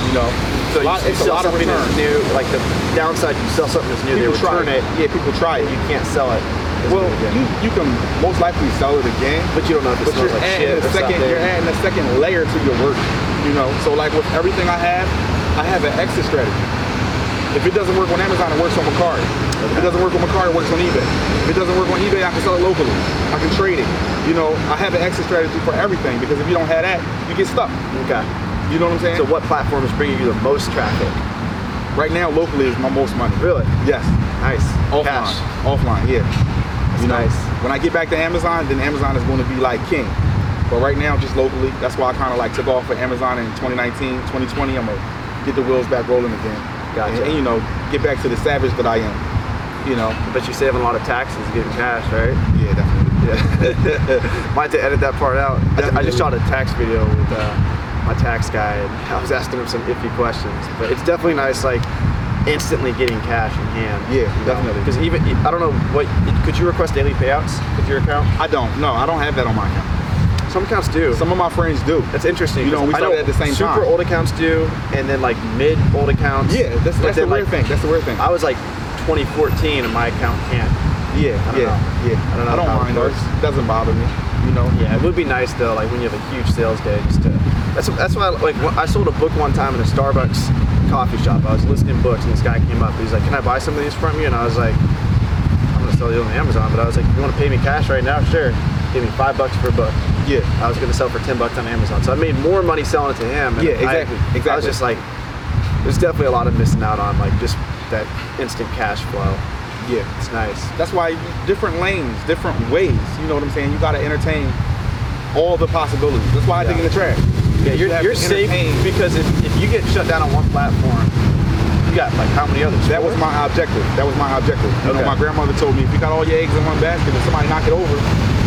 Speaker 3: You know?
Speaker 2: So
Speaker 3: a lot,
Speaker 2: you,
Speaker 3: it's
Speaker 2: sell
Speaker 3: a lot of
Speaker 2: something that's
Speaker 3: returns.
Speaker 2: new. Like the downside, you sell something that's new,
Speaker 3: People
Speaker 2: they
Speaker 3: try
Speaker 2: return it.
Speaker 3: Yeah, people try it.
Speaker 2: You can't sell it. as
Speaker 3: well,
Speaker 2: new again.
Speaker 3: you, you can most likely sell it again.
Speaker 2: but you don't know if it
Speaker 3: But you're
Speaker 2: smells like
Speaker 3: adding
Speaker 2: shit
Speaker 3: a
Speaker 2: or
Speaker 3: second,
Speaker 2: something.
Speaker 3: you're adding a second layer to your work, you know. So like with everything I have, I have an exit strategy. If it doesn't work on Amazon, it works on Mercari. If it doesn't work on Mercari, it works on eBay. If it doesn't work on eBay, I can sell it locally. I can trade it. You know, I have an exit strategy for everything because if you don't have that, you get stuck.
Speaker 2: okay.
Speaker 3: You know what I'm saying?
Speaker 2: So what platform is bringing you the most traffic?
Speaker 3: right now, locally is my most money.
Speaker 2: Really?
Speaker 3: Yes.
Speaker 2: Nice.
Speaker 3: Offline.
Speaker 2: Cash.
Speaker 3: Offline, yeah.
Speaker 2: That's
Speaker 3: You know,
Speaker 2: nice.
Speaker 3: When I get back to Amazon, then Amazon is going to be like king. But right now, just locally, that's why I kind of like took off for Amazon in 2019, 2020. I'm gonna get the wheels back rolling again.
Speaker 2: Gotcha.
Speaker 3: And, and, you know, get back to the savage that I am. You know.
Speaker 2: But you're saving a lot of taxes getting cash, right?
Speaker 3: Yeah, definitely.
Speaker 2: Yeah. Might have to edit that part out. I, I
Speaker 3: Definitely.
Speaker 2: just shot a tax video with uh, my tax guy, and I was asking him some iffy questions. But it's definitely nice, like instantly getting cash in hand.
Speaker 3: Yeah, definitely.
Speaker 2: Because even e, I don't know what could you request daily payouts with your account?
Speaker 3: I don't. No, I don't have that on my account.
Speaker 2: Some accounts do.
Speaker 3: Some of my friends do.
Speaker 2: that's interesting.
Speaker 3: You know,
Speaker 2: 'cause
Speaker 3: we
Speaker 2: I
Speaker 3: started at the same
Speaker 2: super
Speaker 3: time.
Speaker 2: old accounts do, and then like mid old accounts.
Speaker 3: yeah, that's,
Speaker 2: but
Speaker 3: that's the
Speaker 2: then,
Speaker 3: weird
Speaker 2: like,
Speaker 3: thing. That's the weird thing.
Speaker 2: I was like 2014, and my account can't.
Speaker 3: yeah,
Speaker 2: I don't
Speaker 3: yeah,
Speaker 2: know.
Speaker 3: yeah.
Speaker 2: I don't know
Speaker 3: I don't
Speaker 2: how it
Speaker 3: mind.
Speaker 2: works.
Speaker 3: It doesn't bother me. You know.
Speaker 2: Yeah, it would be nice though, like when you have a huge sales day, just to. That's that's why like when- I sold a book one time in a Starbucks coffee shop. I was listing books, and this guy came up. He's like, "Can I buy some of these from you?" And I was like, "I'm gonna sell you on Amazon," but I was like, "You want to pay me cash right now? Sure. Give me five bucks for a book."
Speaker 3: Yeah.
Speaker 2: I was gonna sell for ten bucks on Amazon, so I made more money selling it to him. and
Speaker 3: Yeah,
Speaker 2: I-
Speaker 3: exactly,
Speaker 2: I was
Speaker 3: exactly.
Speaker 2: just like, there's definitely a lot of missing out on like just that instant cash flow.
Speaker 3: Yeah.
Speaker 2: It's nice.
Speaker 3: That's why different lanes, different ways. You know what I'm saying? You gotta entertain all the possibilities. That's why I think in
Speaker 2: Yeah.
Speaker 3: the trash.
Speaker 2: Yeah,
Speaker 3: You
Speaker 2: you're,
Speaker 3: have
Speaker 2: you're
Speaker 3: to
Speaker 2: safe
Speaker 3: entertain.
Speaker 2: because if, if you get shut down on one platform, you got like how many others?
Speaker 3: That was
Speaker 2: Four?
Speaker 3: my objective. That was my objective. You
Speaker 2: Okay.
Speaker 3: know, my grandmother told me if you got all your eggs in one basket and somebody knock it over,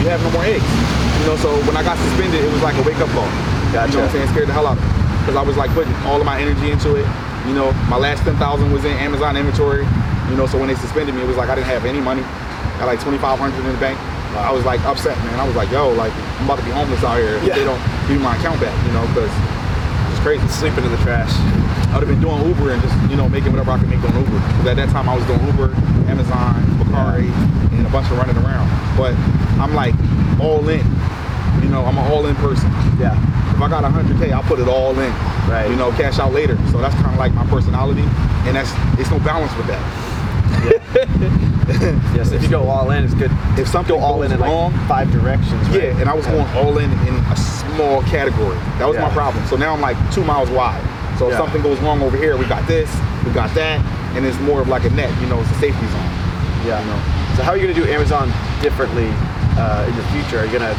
Speaker 3: you have no more eggs. You know, so when I got suspended, it was like a wake up call.
Speaker 2: Gotcha.
Speaker 3: You know what I'm saying? Scared the hell out of me. Because I was like putting all of my energy into it. You know, my last 10,000 was in Amazon inventory. You know, so when they suspended me, it was like I didn't have any money. Got like 2,500 in the bank. I was like upset, man. I was like, yo, like I'm about to be homeless out here if
Speaker 2: Yeah.
Speaker 3: they don't give me my account back, you know, because it's crazy.
Speaker 2: sleeping in the trash.
Speaker 3: I'd have been doing Uber and just you know making whatever I could make on Uber. 'Cause at that time I was doing Uber, Amazon, Bakari, and a bunch of running around. But I'm like all in. You know, I'm an all in person.
Speaker 2: Yeah.
Speaker 3: If I got 100K, I put it all in.
Speaker 2: Right.
Speaker 3: You know, cash out later. So that's kind of like my personality, and that's it's no balance with that.
Speaker 2: Yes. If you go all in, it's good.
Speaker 3: If something
Speaker 2: Go all in
Speaker 3: goes
Speaker 2: in
Speaker 3: wrong,
Speaker 2: like five directions. Right?
Speaker 3: yeah, and I was going all in in a small category. That was my
Speaker 2: Yeah.
Speaker 3: problem. So now I'm like two miles wide. So if
Speaker 2: Yeah.
Speaker 3: something goes wrong over here, we got this, we got that, and it's more of like a net. You know, it's a safety zone.
Speaker 2: Yeah.
Speaker 3: you know.
Speaker 2: So how are you gonna do Amazon differently uh, in the future? Are you gonna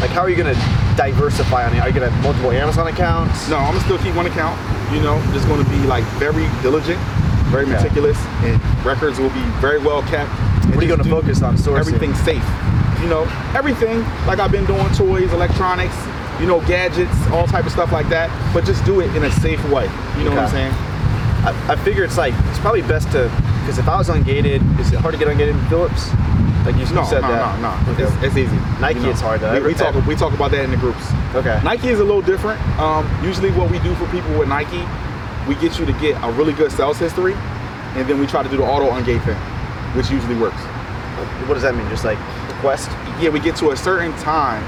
Speaker 2: Like, how are you gonna diversify on it? Are you gonna have multiple Amazon accounts?
Speaker 3: No, I'm gonna still keep one account. You know, just gonna be like very diligent, very
Speaker 2: Yeah.
Speaker 3: meticulous, and records will be very well kept. And
Speaker 2: What are you
Speaker 3: just
Speaker 2: gonna
Speaker 3: do
Speaker 2: focus on sourcing?
Speaker 3: Everything safe. You know, everything like I've been doing toys, electronics, you know, gadgets, all type of stuff like that. But just do it in a safe way. You know what I'm
Speaker 2: Okay.
Speaker 3: saying?
Speaker 2: I, I figure it's like it's probably best to because if I was ungated, is it hard to get ungated in Phillips? Like you
Speaker 3: No,
Speaker 2: said
Speaker 3: no,
Speaker 2: that.
Speaker 3: no, no,
Speaker 2: Okay.
Speaker 3: It's, it's easy.
Speaker 2: Nike, it's hard, though.
Speaker 3: We, we talk we talk about that in the groups.
Speaker 2: Okay.
Speaker 3: Nike is a little different. Um, usually, what we do for people with Nike, we get you to get a really good sales history, and then we try to do the auto ungate thing, which usually works.
Speaker 2: What does that mean? Just like request.
Speaker 3: Yeah, we get to a certain time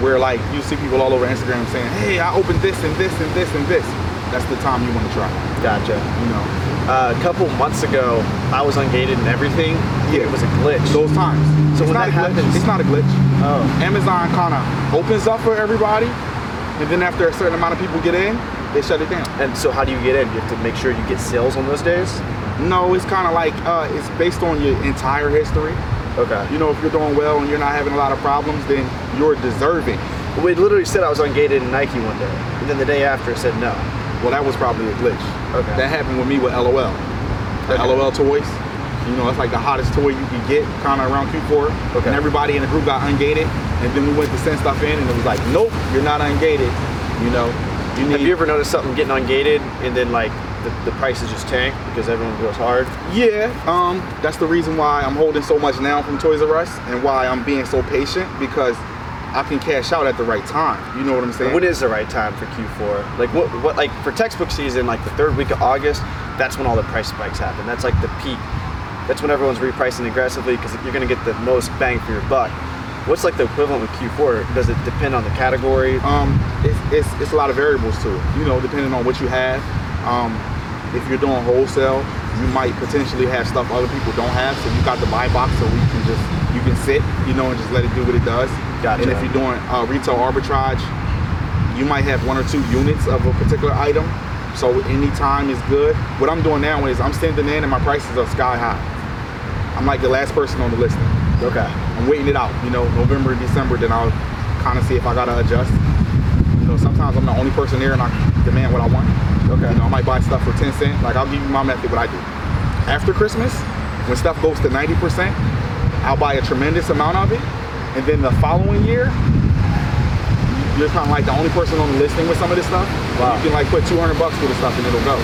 Speaker 3: where like you see people all over Instagram saying, "Hey, I opened this and this and this and this." That's the time you want to try.
Speaker 2: Gotcha.
Speaker 3: You know,
Speaker 2: Uh, a couple months ago, I was ungated and everything.
Speaker 3: Yeah.
Speaker 2: It was a glitch.
Speaker 3: those times.
Speaker 2: So
Speaker 3: it's
Speaker 2: when
Speaker 3: not
Speaker 2: that
Speaker 3: a glitch.
Speaker 2: happens-
Speaker 3: It's not a glitch.
Speaker 2: oh.
Speaker 3: Amazon kind of opens up for everybody, and then after a certain amount of people get in, they shut it down.
Speaker 2: And so how do you get in? You have to make sure you get sales on those days.
Speaker 3: No, it's kind of like uh, it's based on your entire history.
Speaker 2: Okay.
Speaker 3: You know, if you're doing well and you're not having a lot of problems, then you're deserving.
Speaker 2: We literally said I was ungated in Nike one day, and then the day after it said no.
Speaker 3: Well, that was probably a glitch.
Speaker 2: Okay.
Speaker 3: That happened with me with LOL. The
Speaker 2: Okay.
Speaker 3: LOL toys. You know, it's like the hottest toy you can get, kind of around Q4.
Speaker 2: Okay.
Speaker 3: And everybody in the group got ungated, and then we went to send stuff in, and it was like, nope, you're not ungated. You know, you need.
Speaker 2: Have you ever noticed something getting ungated and then like the, the prices just tank because everyone goes hard?
Speaker 3: Yeah, um, that's the reason why I'm holding so much now from Toys R Us and why I'm being so patient because I can cash out at the right time. You know what I'm saying?
Speaker 2: When is the right time for Q4? Like what? What? Like for textbook season, like the third week of August, that's when all the price spikes happen. That's like the peak. That's when everyone's repricing aggressively because you're going to get the most bang for your buck. What's like the equivalent with Q4? Does it depend on the category?
Speaker 3: um, it's, it's, it's a lot of variables to it. You know, depending on what you have. Um, if you're doing wholesale, you might potentially have stuff other people don't have, so you got the buy box, so you can just you can sit, you know, and just let it do what it does.
Speaker 2: Gotcha.
Speaker 3: And if you're doing uh, retail arbitrage, you might have one or two units of a particular item, so any time is good. What I'm doing now is I'm sending in, and my prices are sky high. I'm like the last person on the list.
Speaker 2: Okay.
Speaker 3: I'm waiting it out, you know, November, December, then I'll kind of see if I gotta adjust. You know, sometimes I'm the only person there and I demand what I want.
Speaker 2: Okay.
Speaker 3: You know, I might buy stuff for 10 cents. Like, I'll give you my method, what I do. After Christmas, when stuff goes to 90%, I'll buy a tremendous amount of it. And then the following year, you're kind of like the only person on the listing with some of this stuff.
Speaker 2: Wow.
Speaker 3: You can like put 200 bucks for the stuff and it'll go.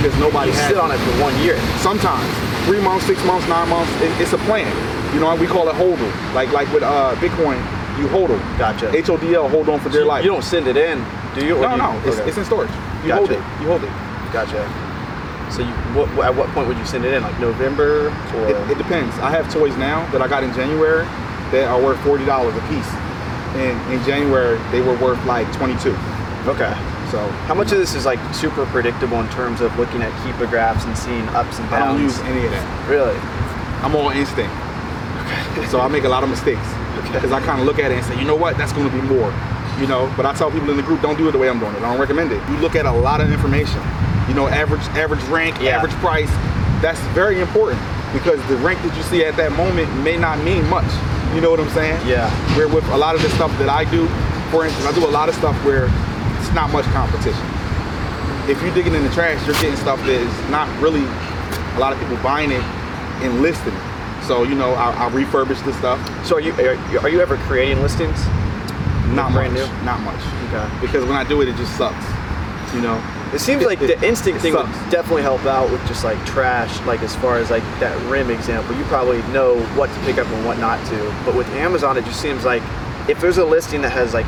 Speaker 3: Because nobody
Speaker 2: You
Speaker 3: has
Speaker 2: sit on it for one year.
Speaker 3: sometimes three months, six months, nine months. It, it's a plan. You know, we call it hodl. Like like with uh, Bitcoin, you hodl.
Speaker 2: Gotcha.
Speaker 3: H O D L. Hold on for dear
Speaker 2: You-
Speaker 3: life.
Speaker 2: You don't send it in, do you? Or
Speaker 3: No,
Speaker 2: do you-
Speaker 3: no. It's,
Speaker 2: okay.
Speaker 3: it's in storage. You
Speaker 2: Gotcha.
Speaker 3: hold it. You hold it.
Speaker 2: Gotcha. So you, what, what- at what point would you send it in? Like November or?
Speaker 3: it. It depends. I have toys now that I got in January that are worth forty dollars a piece. And in January they were worth like twenty two.
Speaker 2: okay.
Speaker 3: So
Speaker 2: How much of this is like super predictable in terms of looking at keeper graphs and seeing ups and
Speaker 3: I
Speaker 2: downs?
Speaker 3: don't use any of that.
Speaker 2: Really?
Speaker 3: I'm all instinct. so I make a lot of mistakes
Speaker 2: Okay.
Speaker 3: because I kind of look at it and say, you know what, that's going to be more, you know. But I tell people in the group, don't do it the way I'm doing it. I don't recommend it. You look at a lot of information, you know, average average rank,
Speaker 2: Yeah.
Speaker 3: average price. That's very important because the rank that you see at that moment may not mean much. You know what I'm saying?
Speaker 2: Yeah.
Speaker 3: Where with a lot of the stuff that I do, for instance, I do a lot of stuff where it's not much competition if you're digging in the trash, you're getting stuff that is not really a lot of people buying it and listing it. So you know, I, I refurbish the stuff.
Speaker 2: So are you are, you- are you ever creating listings?
Speaker 3: Not
Speaker 2: Brand
Speaker 3: much,
Speaker 2: new?
Speaker 3: not much,
Speaker 2: Okay.
Speaker 3: because when I do it, it just sucks. You know,
Speaker 2: It seems like the instinct
Speaker 3: it
Speaker 2: thing would
Speaker 3: sucks.
Speaker 2: definitely help out with just like trash, like as far as like that rim example. You probably know what to pick up and what not to. But with Amazon, it just seems like if there's a listing that has like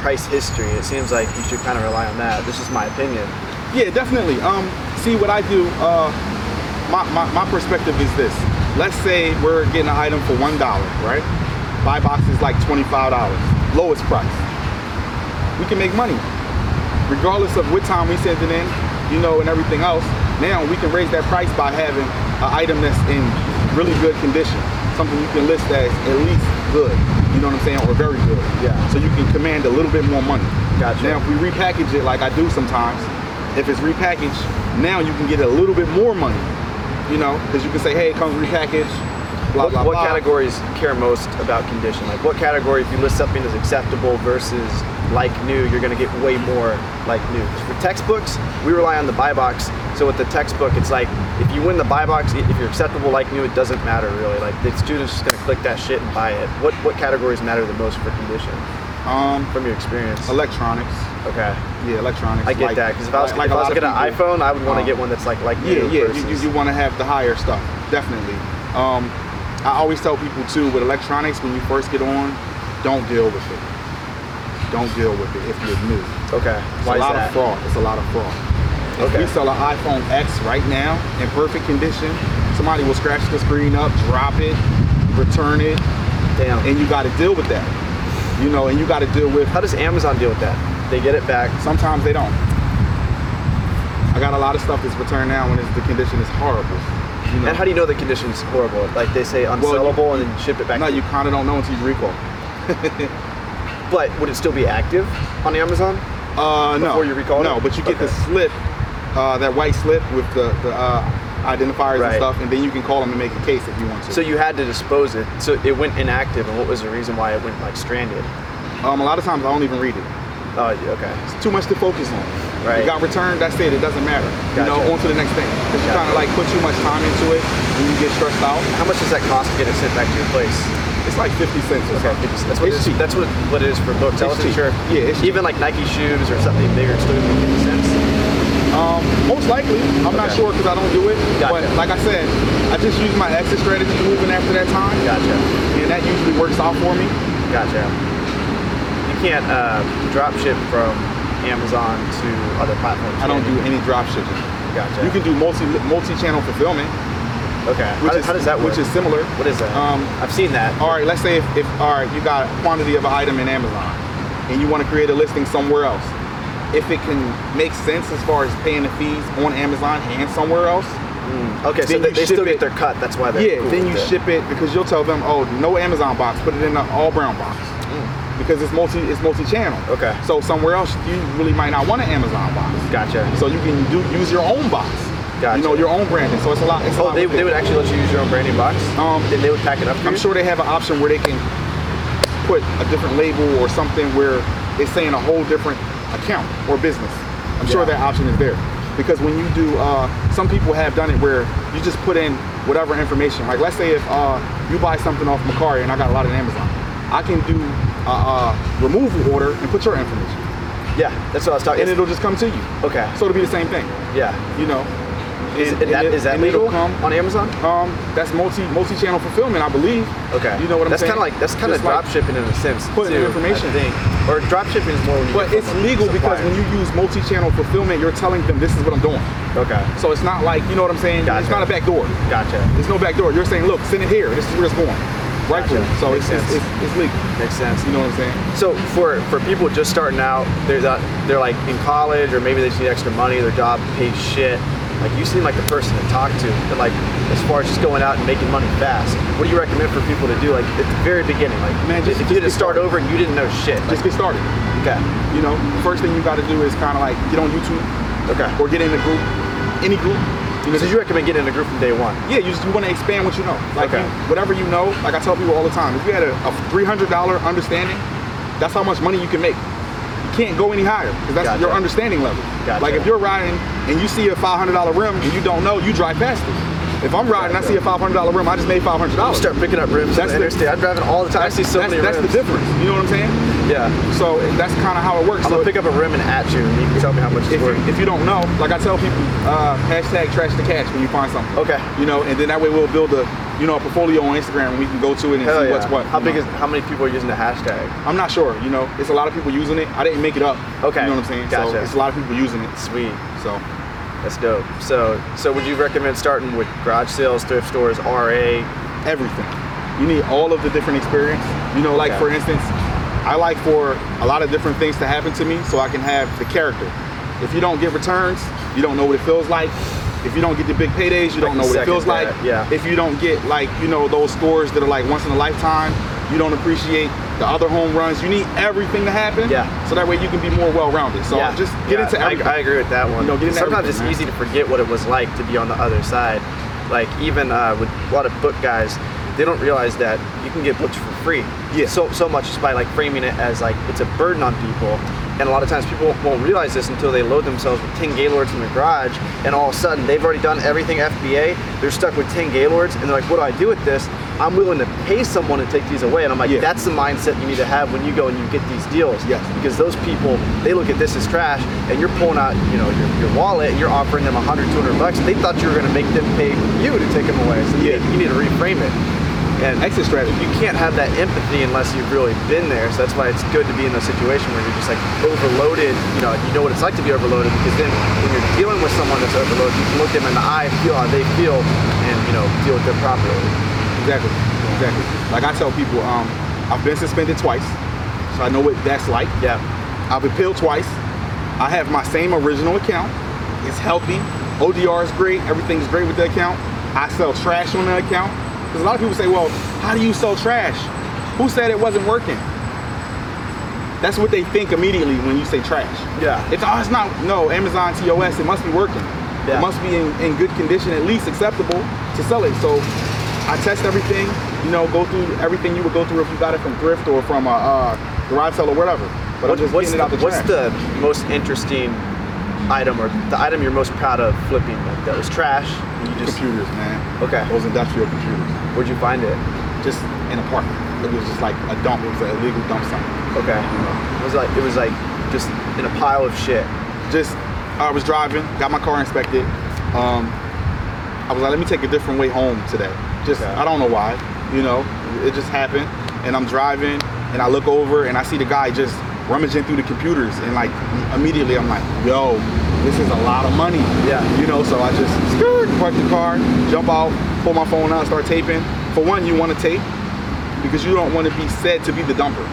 Speaker 2: price history, it seems like you should kind of rely on that. This is my opinion.
Speaker 3: Yeah, definitely. Um, see what I do. Uh, my, my, my perspective is this. Let's say we're getting an item for one dollar, right? Buy box is like twenty-five dollars, lowest price. We can make money, regardless of what time we send it in, you know, and everything else. Now we can raise that price by having an item that's in really good condition, something you can list as at least good. You know what I'm saying, or very good.
Speaker 2: Yeah.
Speaker 3: So you can command a little bit more money.
Speaker 2: Gotcha.
Speaker 3: Now if we repackage it like I do sometimes, if it's repackaged, now you can get a little bit more money, you know, because you can say, hey, it comes repackaged,
Speaker 2: What,
Speaker 3: blah blah
Speaker 2: what
Speaker 3: blah.
Speaker 2: categories care most about condition? Like what category, if you list something as acceptable versus like new, you're going to get way more like new. 'Cause For textbooks, we rely on the buy box. So with the textbook, it's like if you win the buy box, i- if you're acceptable like new, it doesn't matter really. Like the student's just going to click that shit and buy it. What what categories matter the most for condition
Speaker 3: Um,
Speaker 2: from your experience?
Speaker 3: electronics.
Speaker 2: Okay.
Speaker 3: Yeah, electronics.
Speaker 2: I get
Speaker 3: like-
Speaker 2: that because if I was,
Speaker 3: like- like
Speaker 2: if
Speaker 3: a
Speaker 2: I was
Speaker 3: lot
Speaker 2: to
Speaker 3: of
Speaker 2: get an
Speaker 3: people-
Speaker 2: iPhone, I would want to
Speaker 3: Um,
Speaker 2: get one that's like like
Speaker 3: Yeah,
Speaker 2: new
Speaker 3: yeah. You, you,
Speaker 2: versus-
Speaker 3: you want to have the higher stuff, definitely. Um, I always tell people too with electronics when you first get on, don't deal with it. Don't deal with it if you're new.
Speaker 2: okay.
Speaker 3: It's
Speaker 2: Why
Speaker 3: a
Speaker 2: is
Speaker 3: lot
Speaker 2: that?
Speaker 3: of fraud. It's a lot of fraud. If
Speaker 2: Okay.
Speaker 3: we sell an iPhone X right now in perfect condition, somebody will scratch the screen up, drop it, return it,
Speaker 2: Damn.
Speaker 3: and you got to deal with that. You know, and you got to deal with
Speaker 2: How does Amazon deal with that? They get it back.
Speaker 3: Sometimes they don't. I got a lot of stuff that's returned now when it's, the condition is horrible. You know?
Speaker 2: And how do you know the condition's horrible? Like they say unsellable and then ship it back.
Speaker 3: No,
Speaker 2: to
Speaker 3: you kind of don't know until you recall.
Speaker 2: But would it still be active on Amazon?
Speaker 3: Uh, no.
Speaker 2: Before you recall
Speaker 3: No,
Speaker 2: it?
Speaker 3: but you get the
Speaker 2: Okay.
Speaker 3: slip, uh, that white slip with the, the uh, identifiers
Speaker 2: Right.
Speaker 3: and stuff, and then you can call them and make a case if you want to.
Speaker 2: So you had to dispose it. So it went inactive, and what was the reason why it went like stranded?
Speaker 3: um, a lot of times I don't even read it.
Speaker 2: Oh, yeah, okay.
Speaker 3: It's too much to focus on.
Speaker 2: Right.
Speaker 3: It got returned. That's it. It doesn't matter. You
Speaker 2: Gotcha.
Speaker 3: know, on to the next thing. Because you
Speaker 2: Gotcha.
Speaker 3: kind of like put too much time into it, and you get stressed out.
Speaker 2: How much does that cost to get it sent back to your place?
Speaker 3: It's like 50 cents or something.
Speaker 2: That's what it
Speaker 3: it's
Speaker 2: is.
Speaker 3: cheap.
Speaker 2: That's what, what it is for books. I
Speaker 3: It's
Speaker 2: wasn't
Speaker 3: cheap.
Speaker 2: sure.
Speaker 3: Yeah, it's cheap.
Speaker 2: even like Nike shoes or something bigger, it's still gonna be fifty cents.
Speaker 3: Um, Most likely. I'm not
Speaker 2: Okay.
Speaker 3: sure because I don't do it.
Speaker 2: Gotcha.
Speaker 3: But like I said, I just use my exit strategy moving after that time.
Speaker 2: Gotcha.
Speaker 3: And that usually works out for me.
Speaker 2: Gotcha. You can't uh, drop ship from Amazon to other platforms.
Speaker 3: I don't
Speaker 2: can
Speaker 3: do
Speaker 2: you?
Speaker 3: any drop shipping.
Speaker 2: Gotcha.
Speaker 3: You can do multi multi channel fulfillment,
Speaker 2: Okay. How,
Speaker 3: which
Speaker 2: do-
Speaker 3: is
Speaker 2: how does that work?
Speaker 3: Which is similar.
Speaker 2: What is that?
Speaker 3: Um,
Speaker 2: I've seen that.
Speaker 3: all right, let's say if, if all right, you got a quantity of an item in Amazon and you want to create a listing somewhere else. If it can make sense as far as paying the fees on Amazon and somewhere else,
Speaker 2: Okay, so
Speaker 3: then
Speaker 2: they, they
Speaker 3: you ship
Speaker 2: still
Speaker 3: it-
Speaker 2: get their cut. That's why they
Speaker 3: yeah, then you ship it because you'll tell them, oh, no Amazon box, put it in an all brown box because it's multi it's multi channel.
Speaker 2: Mm. Okay.
Speaker 3: So somewhere else you really might not want an Amazon box.
Speaker 2: Gotcha.
Speaker 3: So you can do use your own box.
Speaker 2: Gotcha.
Speaker 3: You know your own branding. So it's a lot. It's a
Speaker 2: Oh,
Speaker 3: lot
Speaker 2: they,
Speaker 3: with it.
Speaker 2: they would actually let you use your own branding box.
Speaker 3: Um,
Speaker 2: they, they would pack it up. For
Speaker 3: I'm
Speaker 2: you?
Speaker 3: sure they have an option where they can put a different label or something where it's saying a whole different account or business. I'm sure
Speaker 2: Yeah.
Speaker 3: that option is there. Because when you do, uh, some people have done it where you just put in whatever information. Like let's say if uh, you buy something off Macari and I got a lot on Amazon, I can do a, a removal order and put your information,
Speaker 2: Yeah, that's what I was talking.
Speaker 3: and it'll just come to you.
Speaker 2: okay.
Speaker 3: So it'll be the same thing,
Speaker 2: yeah,
Speaker 3: you know.
Speaker 2: is,
Speaker 3: And-
Speaker 2: is that,
Speaker 3: and it-
Speaker 2: is that
Speaker 3: and it'll
Speaker 2: legal
Speaker 3: come-
Speaker 2: on Amazon?
Speaker 3: um, that's multi multi channel fulfillment, I believe.
Speaker 2: Okay,
Speaker 3: You know what I'm
Speaker 2: that's
Speaker 3: saying?
Speaker 2: kind of like that's kind of
Speaker 3: Just like-
Speaker 2: drop shipping in a sense.
Speaker 3: putting
Speaker 2: too,
Speaker 3: information.
Speaker 2: I think. or drop shipping is more. When you
Speaker 3: But
Speaker 2: get
Speaker 3: it's
Speaker 2: from a
Speaker 3: legal because
Speaker 2: supplier.
Speaker 3: when you use multi channel fulfillment, you're telling them this is what I'm doing.
Speaker 2: okay,
Speaker 3: So it's not like you know what I'm saying.
Speaker 2: Gotcha.
Speaker 3: It's not a back door.
Speaker 2: gotcha,
Speaker 3: There's no back door. You're saying, look, send it here. This is where it's going. Right.
Speaker 2: Gotcha.
Speaker 3: So
Speaker 2: Makes
Speaker 3: it's, it's,
Speaker 2: sense.
Speaker 3: it's it's legal.
Speaker 2: makes sense.
Speaker 3: You know what I'm saying?
Speaker 2: So for for people just starting out, they're not, they're like in college or maybe they just need extra money. Their job pays shit. Like you seem like the person to talk to. But like as far as just going out and making money fast, what do you recommend for people to do? Like at the very beginning, like
Speaker 3: Man,
Speaker 2: if
Speaker 3: just- just
Speaker 2: you had to
Speaker 3: get
Speaker 2: start
Speaker 3: started.
Speaker 2: over and you didn't know shit. Like,
Speaker 3: Just get started.
Speaker 2: okay,
Speaker 3: You know, first thing you got to do is kind of like get on YouTube
Speaker 2: okay.
Speaker 3: or get in a group, any group. You know,
Speaker 2: so you recommend getting in a group from day one?
Speaker 3: yeah, you just you want to expand what you know. Like
Speaker 2: Okay.
Speaker 3: you- whatever you know, like I tell people all the time, if you had a, a $300 understanding, that's how much money you can make. You can't go any higher because that's
Speaker 2: Gotcha.
Speaker 3: your understanding level.
Speaker 2: Gotcha.
Speaker 3: Like if you're riding and you see a $500 rim and you don't know, you drive past it. If I'm riding, I see a $500 rim, I just made $500.
Speaker 2: You start picking up rims.
Speaker 3: Oh.
Speaker 2: That's
Speaker 3: That's the-
Speaker 2: the interstate. I drive it all the time. I
Speaker 3: that's,
Speaker 2: see so
Speaker 3: that's,
Speaker 2: many
Speaker 3: that's the
Speaker 2: rims.
Speaker 3: difference. You know what I'm saying?
Speaker 2: yeah.
Speaker 3: So that's kind of how it works.
Speaker 2: I'm
Speaker 3: so
Speaker 2: gonna pick up a rim and at you, and you can tell me how much
Speaker 3: if
Speaker 2: it's worth.
Speaker 3: you, if you don't know, like I tell people, uh, hashtag trash the cash when you find something.
Speaker 2: Okay.
Speaker 3: You know, and then that way we'll build a, you know, a portfolio on Instagram and we can go to it and
Speaker 2: Hell
Speaker 3: see
Speaker 2: yeah.
Speaker 3: what's what.
Speaker 2: How
Speaker 3: you
Speaker 2: big
Speaker 3: know.
Speaker 2: is? How many people are using the hashtag?
Speaker 3: I'm not sure. You know, it's a lot of people using it. I didn't make it up.
Speaker 2: Okay.
Speaker 3: You know what I'm saying? So
Speaker 2: Gotcha.
Speaker 3: it's a lot of people using it.
Speaker 2: Sweet.
Speaker 3: So
Speaker 2: That's dope. So, so would you recommend starting with garage sales, thrift stores, RA?
Speaker 3: everything. You need all of the different experience. You know, like
Speaker 2: Okay.
Speaker 3: for instance, I like for a lot of different things to happen to me so I can have the character. If you don't get returns, you don't know what it feels like. If you don't get the big paydays, you don't
Speaker 2: can
Speaker 3: know what it
Speaker 2: second
Speaker 3: feels like.
Speaker 2: that, yeah.
Speaker 3: If you don't get like, you know, those stores that are like once in a lifetime, you don't appreciate the other home runs. You need everything to happen.
Speaker 2: Yeah.
Speaker 3: So that way you can be more well rounded. So just get
Speaker 2: Yeah,
Speaker 3: into
Speaker 2: I-
Speaker 3: everything.
Speaker 2: I, agree with that one.
Speaker 3: You know, get into
Speaker 2: Sometimes
Speaker 3: everything,
Speaker 2: it's
Speaker 3: man.
Speaker 2: easy to forget what it was like to be on the other side. Like even uh, with a lot of book guys, they don't realize that you can get booked for free.
Speaker 3: Yeah.
Speaker 2: So so much just by like framing it as like it's a burden on people. And a lot of times people won't realize this until they load themselves with 10 Gaylords in their garage, and all of a sudden they've already done everything FBA. They're stuck with 10 Gaylords, and they're like, "What do I do with this? I'm willing to pay someone to take these away." And I'm like,
Speaker 3: Yeah.
Speaker 2: "That's the mindset you need to have when you go and you get these deals."
Speaker 3: Yes.
Speaker 2: Because those people, they look at this as trash, and you're pulling out, you know, your, your wallet, and you're offering them 100, 200 bucks. They thought you were going to make them pay you to take them away. So
Speaker 3: Yeah.
Speaker 2: you need to reframe it. And
Speaker 3: Exit strategy.
Speaker 2: You can't have that empathy unless you've really been there. So that's why it's good to be in a situation where you're just like overloaded. You know, you know what it's like to be overloaded because then when you're dealing with someone that's overloaded, you can look them in the eye, feel how they feel, and you know, deal with them properly.
Speaker 3: Exactly. Exactly. Like I tell people, um, I've been suspended twice, so I know what that's like.
Speaker 2: Yeah.
Speaker 3: I've appealed twice. I have my same original account. It's healthy. ODR is great. Everything's great with the account. I sell trash on the account. Because a lot of people say, well, how do you sell trash? Who said it wasn't working? That's what they think immediately when you say trash.
Speaker 2: Yeah.
Speaker 3: It's, oh, it's not, no, Amazon TOS, it must be working.
Speaker 2: Yeah.
Speaker 3: It must be in, in good condition, at least acceptable to sell it. So I test everything, you know, go through everything you would go through if you got it from Thrift or from a uh, garage sale or whatever. But I'm
Speaker 2: What-
Speaker 3: just
Speaker 2: what's,
Speaker 3: getting it out the
Speaker 2: the, what's
Speaker 3: trash.
Speaker 2: the most interesting item or the item you're most proud of flipping? Like that was trash. and You just
Speaker 3: computers, man.
Speaker 2: Okay.
Speaker 3: Those industrial computers.
Speaker 2: where'd you find it?
Speaker 3: Just in a park. It was just like a dump. It was an illegal dump site.
Speaker 2: Okay. It was like it was like just in a pile of shit.
Speaker 3: Just, I was driving, got my car inspected. Um, I was like, let me take a different way home today. Just,
Speaker 2: Okay.
Speaker 3: I don't know why. You know, it just happened. And I'm driving, and I look over, and I see the guy just rummaging through the computers, and like immediately I'm like, yo, this is a lot of money.
Speaker 2: Yeah.
Speaker 3: You know, so I just skirt, park the car, jump out, pull my phone out, start taping. For one, you want to tape because you don't want to be said to be the dumper.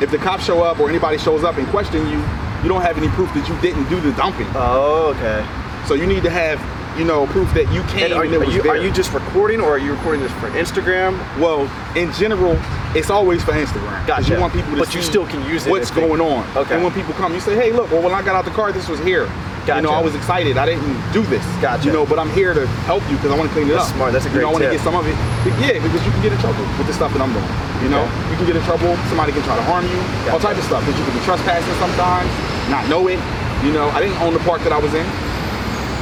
Speaker 3: If the cops show up or anybody shows up and question you, you don't have any proof that you didn't do the dumping.
Speaker 2: Oh, okay.
Speaker 3: So you need to have, you know, proof that you came.
Speaker 2: And are,
Speaker 3: and it
Speaker 2: you, are,
Speaker 3: was
Speaker 2: you,
Speaker 3: there.
Speaker 2: are you just recording or are you recording this for Instagram?
Speaker 3: Well, in general, it's always for Instagram. 'Cause
Speaker 2: Gotcha.
Speaker 3: You want people to
Speaker 2: But you
Speaker 3: see
Speaker 2: still can use it
Speaker 3: What's
Speaker 2: if they-
Speaker 3: going on?
Speaker 2: Okay.
Speaker 3: And when people come, you say, "Hey, look. Well, when I got out the car, this was here. You
Speaker 2: Gotcha.
Speaker 3: know, I was excited. I didn't do this.
Speaker 2: Gotcha.
Speaker 3: You know, but I'm here to help you because I want to clean it
Speaker 2: That's
Speaker 3: up.
Speaker 2: smart. That's a
Speaker 3: You know,
Speaker 2: great
Speaker 3: I want to
Speaker 2: tip.
Speaker 3: get some of it. But yeah, because you can get in trouble with the stuff that I'm doing. You know,
Speaker 2: Okay.
Speaker 3: you can get in trouble. Somebody can try to harm you. All
Speaker 2: Gotcha.
Speaker 3: type of stuff. Because you can be trespassing sometimes, not know it. You know, I didn't own the park that I was in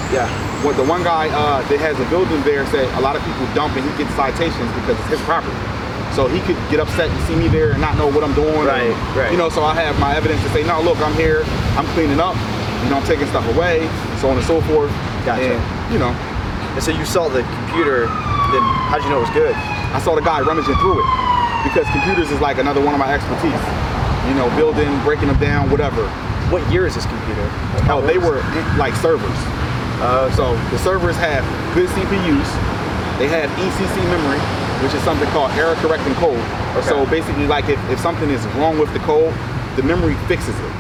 Speaker 2: Yeah.
Speaker 3: what the one guy uh, that has a building there said a lot of people dump and he gets citations because it's his property. So he could get upset and see me there and not know what I'm doing. or-
Speaker 2: Right, right.
Speaker 3: You know, so I have my evidence to say, no, look, I'm here, I'm cleaning up, you know, I'm taking stuff away, so on and so forth.
Speaker 2: Gotcha.
Speaker 3: And, you know,
Speaker 2: And so you saw the computer, then how'd you know it was good?
Speaker 3: I saw the guy rummaging through it because computers is like another one of my expertise. You know, building, breaking them down, whatever.
Speaker 2: What year is this computer?
Speaker 3: Oh, they were like servers. Uh, so the servers have good CPUs. They have ECC memory, which is something called error correcting code. So
Speaker 2: Okay.
Speaker 3: basically, like if, if something is wrong with the code, the memory fixes it.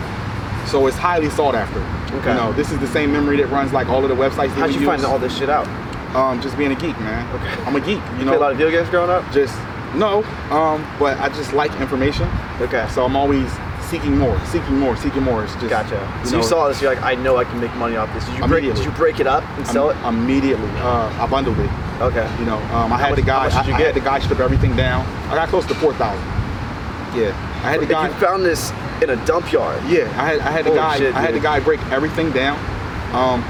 Speaker 3: So it's highly sought after.
Speaker 2: Okay.
Speaker 3: You know, this is the same memory that runs like all of the websites. That
Speaker 2: How'd
Speaker 3: we
Speaker 2: you
Speaker 3: use.
Speaker 2: find all this shit out?
Speaker 3: Um, just being a geek, man.
Speaker 2: Okay.
Speaker 3: I'm a geek. You,
Speaker 2: You
Speaker 3: know,
Speaker 2: played a lot of video games growing up?
Speaker 3: just no. Um, but I just like information.
Speaker 2: Okay.
Speaker 3: So I'm always seeking more, seeking more, seeking more. It's just
Speaker 2: Gotcha. so
Speaker 3: know,
Speaker 2: you saw this, you're like, I know I can make money off this. Did you break, did
Speaker 3: Immediately.
Speaker 2: you break it up and sell it?
Speaker 3: Im- immediately. Uh, I bundled it.
Speaker 2: Okay.
Speaker 3: You know, um, I had
Speaker 2: much-
Speaker 3: the guy.
Speaker 2: how much did you
Speaker 3: I, I
Speaker 2: get?
Speaker 3: had the guy strip everything down. I got close to four thousand. Yeah. I had the
Speaker 2: If
Speaker 3: guy.
Speaker 2: you found this in a dump yard.
Speaker 3: yeah. I had I had the
Speaker 2: Holy
Speaker 3: guy.
Speaker 2: shit,
Speaker 3: I had
Speaker 2: dude.
Speaker 3: the guy break everything down. Um,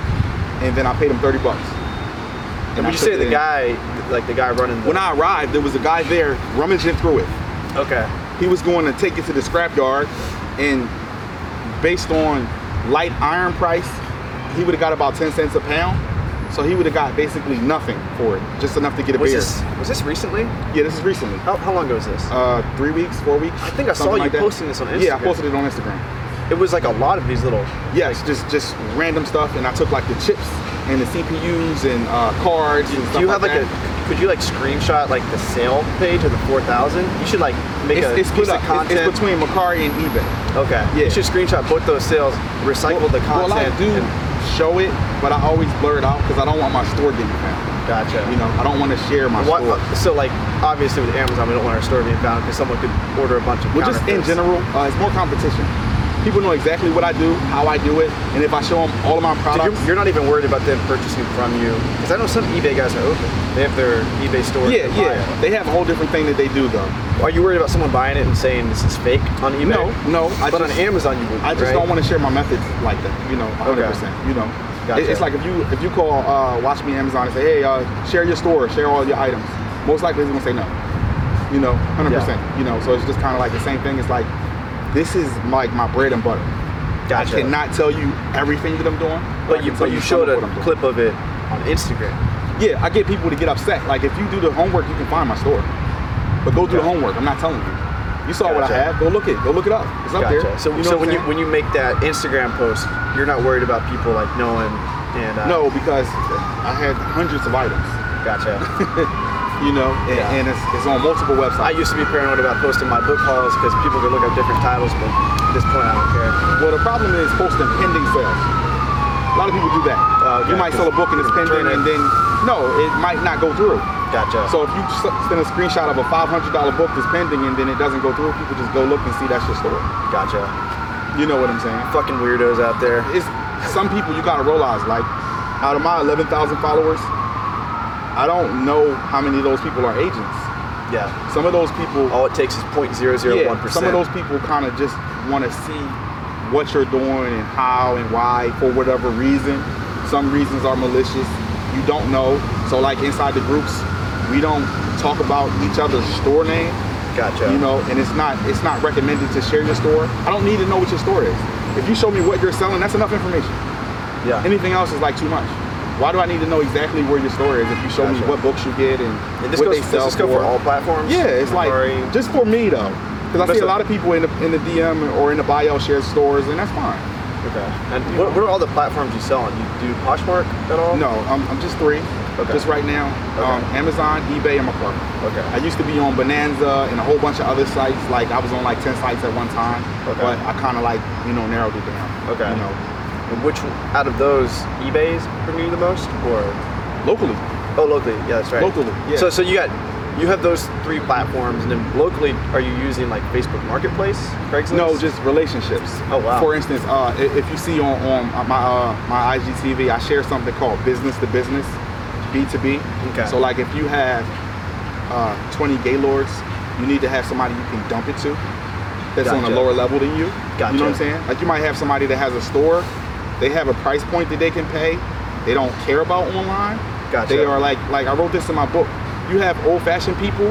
Speaker 3: and then I paid him thirty bucks.
Speaker 2: And
Speaker 3: I
Speaker 2: when you
Speaker 3: took
Speaker 2: say
Speaker 3: it
Speaker 2: the
Speaker 3: in.
Speaker 2: guy, like the guy running the.
Speaker 3: When I arrived, there was a guy there rummaging through it.
Speaker 2: okay.
Speaker 3: He was going to take it to the scrapyard, and based on light iron price, he would have got about ten cents a pound. So he would have got basically nothing for it, just enough to get a
Speaker 2: Was
Speaker 3: beer.
Speaker 2: this, was this recently?
Speaker 3: Yeah, this is recently.
Speaker 2: How, how long ago was this?
Speaker 3: Uh, three weeks, four weeks.
Speaker 2: I think I saw
Speaker 3: something
Speaker 2: you
Speaker 3: that.
Speaker 2: posting this on
Speaker 3: Yeah, I
Speaker 2: Instagram.
Speaker 3: posted it on Instagram.
Speaker 2: it was like a lot of these little.
Speaker 3: Yes, just just random stuff, and I took like the chips and the CPUs and uh, cards. and
Speaker 2: Do
Speaker 3: stuff
Speaker 2: you have like
Speaker 3: that.
Speaker 2: a? Could you like screenshot like the sale page of the four thousand? You should like make a
Speaker 3: It's, it's
Speaker 2: piece
Speaker 3: split
Speaker 2: of
Speaker 3: up. It's-
Speaker 2: content.
Speaker 3: It's between Macari and eBay.
Speaker 2: okay.
Speaker 3: Yeah.
Speaker 2: You should screenshot both those sales, recycle the content.
Speaker 3: Well, I do
Speaker 2: and-
Speaker 3: show it, but I always blur it out because I don't want my store getting found.
Speaker 2: gotcha.
Speaker 3: You know, I don't want to share my
Speaker 2: What, uh,
Speaker 3: store.
Speaker 2: so like obviously with Amazon we don't want our store being found because someone could order a bunch of.
Speaker 3: Well, just in
Speaker 2: counterfeits.
Speaker 3: general, uh, it's more competition. people know exactly what I do, how I do it, and if I show them all of my
Speaker 2: So
Speaker 3: products,
Speaker 2: you're, you're not even worried about them purchasing from you because I know some eBay guys are open. They have their eBay store. in
Speaker 3: yeah,
Speaker 2: their bio.
Speaker 3: yeah, they have a whole different thing that they do though.
Speaker 2: Are you worried about someone buying it and saying this is fake on eBay?
Speaker 3: No, no, I
Speaker 2: but
Speaker 3: just-
Speaker 2: on Amazon you would.
Speaker 3: I just
Speaker 2: right?
Speaker 3: don't want to share my methods like that, you know, 100%. You know,
Speaker 2: Gotcha.
Speaker 3: It- it's like if you if you call uh, Watch Me Amazon and say, hey, uh, share your store, share all your items. Most likely they're gonna say no. You know, 100%. You know, so it's just kind of like the same thing. It's like this is like my bread and butter.
Speaker 2: Gotcha.
Speaker 3: I cannot tell you everything that I'm doing, I
Speaker 2: But you,
Speaker 3: can tell
Speaker 2: but you
Speaker 3: some
Speaker 2: showed
Speaker 3: of
Speaker 2: a
Speaker 3: what I'm doing.
Speaker 2: clip of it on Instagram.
Speaker 3: Yeah, I get people to get upset. Like if you do the homework, you can find my store. But go do the
Speaker 2: Gotcha.
Speaker 3: homework. I'm not telling you. You saw what I
Speaker 2: Gotcha.
Speaker 3: have. Go look it. Go look it up. It's up
Speaker 2: Gotcha.
Speaker 3: there.
Speaker 2: So,
Speaker 3: know
Speaker 2: so
Speaker 3: what
Speaker 2: when
Speaker 3: I'm
Speaker 2: you
Speaker 3: saying?
Speaker 2: when you make that Instagram post, you're not worried about people like knowing and uh,
Speaker 3: No, because I had hundreds of items,
Speaker 2: Gotcha.
Speaker 3: you know, and,
Speaker 2: Yeah.
Speaker 3: and it's, it's on multiple
Speaker 2: I
Speaker 3: websites.
Speaker 2: used to be paranoid about posting my book hauls because people could look up different titles, but at this point I don't care.
Speaker 3: well, the problem is posting pending sales. A lot of people do that. Uh,
Speaker 2: Oh, okay.
Speaker 3: you might sell a book and it's
Speaker 2: Return
Speaker 3: pending,
Speaker 2: it.
Speaker 3: and then no, it might not go through.
Speaker 2: Gotcha.
Speaker 3: So if you s- send a screenshot of a $500 book that's pending and then it doesn't go through, people just go look and see that's your store.
Speaker 2: gotcha.
Speaker 3: You know what I'm saying?
Speaker 2: Fucking weirdos out there.
Speaker 3: it's some people you gotta realize like out of my 11,000 followers I don't know how many of those people are agents
Speaker 2: Yeah.
Speaker 3: some of those people
Speaker 2: All it takes is 0.001
Speaker 3: yeah, some of those people kind of just want to see what you're doing and how and why for whatever reason some reasons are malicious you don't know so like inside the groups we don't talk about each other's store name
Speaker 2: Gotcha.
Speaker 3: you know and it's not it's not recommended to share your store i don't need to know what your store is if you show me what you're selling that's enough information
Speaker 2: Yeah.
Speaker 3: Anything else is like too much. Why do I need to know exactly where your store is if you show me
Speaker 2: Gotcha.
Speaker 3: what books you get and,
Speaker 2: and this
Speaker 3: what
Speaker 2: goes,
Speaker 3: they
Speaker 2: does
Speaker 3: sell
Speaker 2: this go for all platforms.
Speaker 3: Yeah, it's like
Speaker 2: Safari.
Speaker 3: just for me though, because I see
Speaker 2: Listen.
Speaker 3: a lot of people in the in the DM or in the bio share stores, and that's fine.
Speaker 2: Okay. And what, what are all the platforms you sell on? You do Poshmark at all?
Speaker 3: No, I'm, I'm just three.
Speaker 2: Okay.
Speaker 3: Just right now, um, Amazon, eBay, and my partner.
Speaker 2: Okay.
Speaker 3: I used to be on Bonanza and a whole bunch of other sites. Like I was on like ten sites at one time,
Speaker 2: Okay.
Speaker 3: but I kind of like you know narrowed it down.
Speaker 2: Okay.
Speaker 3: You know,
Speaker 2: And Which out of those eBay's bring you the most, or
Speaker 3: locally.
Speaker 2: oh, locally? Yeah, that's right.
Speaker 3: Locally, yeah.
Speaker 2: So, so you got you have those three platforms, and then locally, are you using like Facebook Marketplace, Craigslist?
Speaker 3: No, just relationships.
Speaker 2: Oh, wow.
Speaker 3: For instance, uh, i- if you see on, on my uh, my IGTV, I share something called business to business, B two B.
Speaker 2: Okay.
Speaker 3: So like if you have uh, twenty gaylords, you need to have somebody you can dump it to that's on a
Speaker 2: Gotcha.
Speaker 3: lower level than you.
Speaker 2: Gotcha.
Speaker 3: You know what I'm saying? Like you might have somebody that has a store, they have a price point that they can pay, they don't care about online.
Speaker 2: Gotcha.
Speaker 3: They are like like I wrote this in my book. You have old fashioned people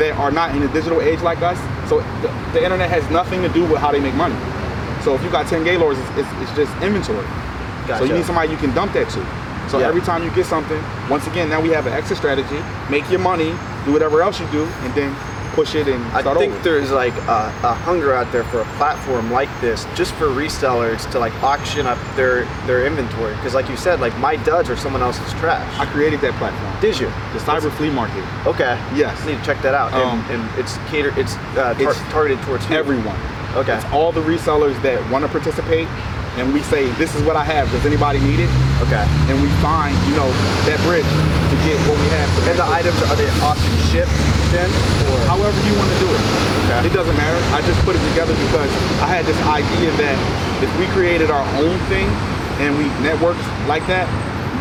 Speaker 3: that are not in the digital age like us. So the, the internet has nothing to do with how they make money. So if you got 10 gaylords, it's, it's, it's just inventory. So
Speaker 2: Gotcha.
Speaker 3: you need somebody you can dump that to. So
Speaker 2: Yeah.
Speaker 3: every time you get something, once again, now we have an exit strategy. Make your money, do whatever else you do, and then push it and
Speaker 2: I
Speaker 3: start
Speaker 2: think
Speaker 3: over.
Speaker 2: there's like a, a hunger out there for a platform like this, just for resellers to like auction up their their inventory. Because like you said, like my duds are someone else's trash.
Speaker 3: I created that platform.
Speaker 2: Did you?
Speaker 3: The cyber flea market.
Speaker 2: Okay.
Speaker 3: Yes.
Speaker 2: Need to check that out.
Speaker 3: Um,
Speaker 2: and, and it's catered. It's, uh, tar-
Speaker 3: it's
Speaker 2: targeted towards who?
Speaker 3: Everyone.
Speaker 2: Okay.
Speaker 3: It's all the resellers that want to participate, and we say, this is what I have. Does anybody need it?
Speaker 2: Okay.
Speaker 3: And we find, you know, that bridge to get what we have.
Speaker 2: And the items are they often shipped then? Or
Speaker 3: however you want to do it.
Speaker 2: Okay.
Speaker 3: It doesn't matter. I just put it together because I had this idea that if we created our own thing and we networked like that,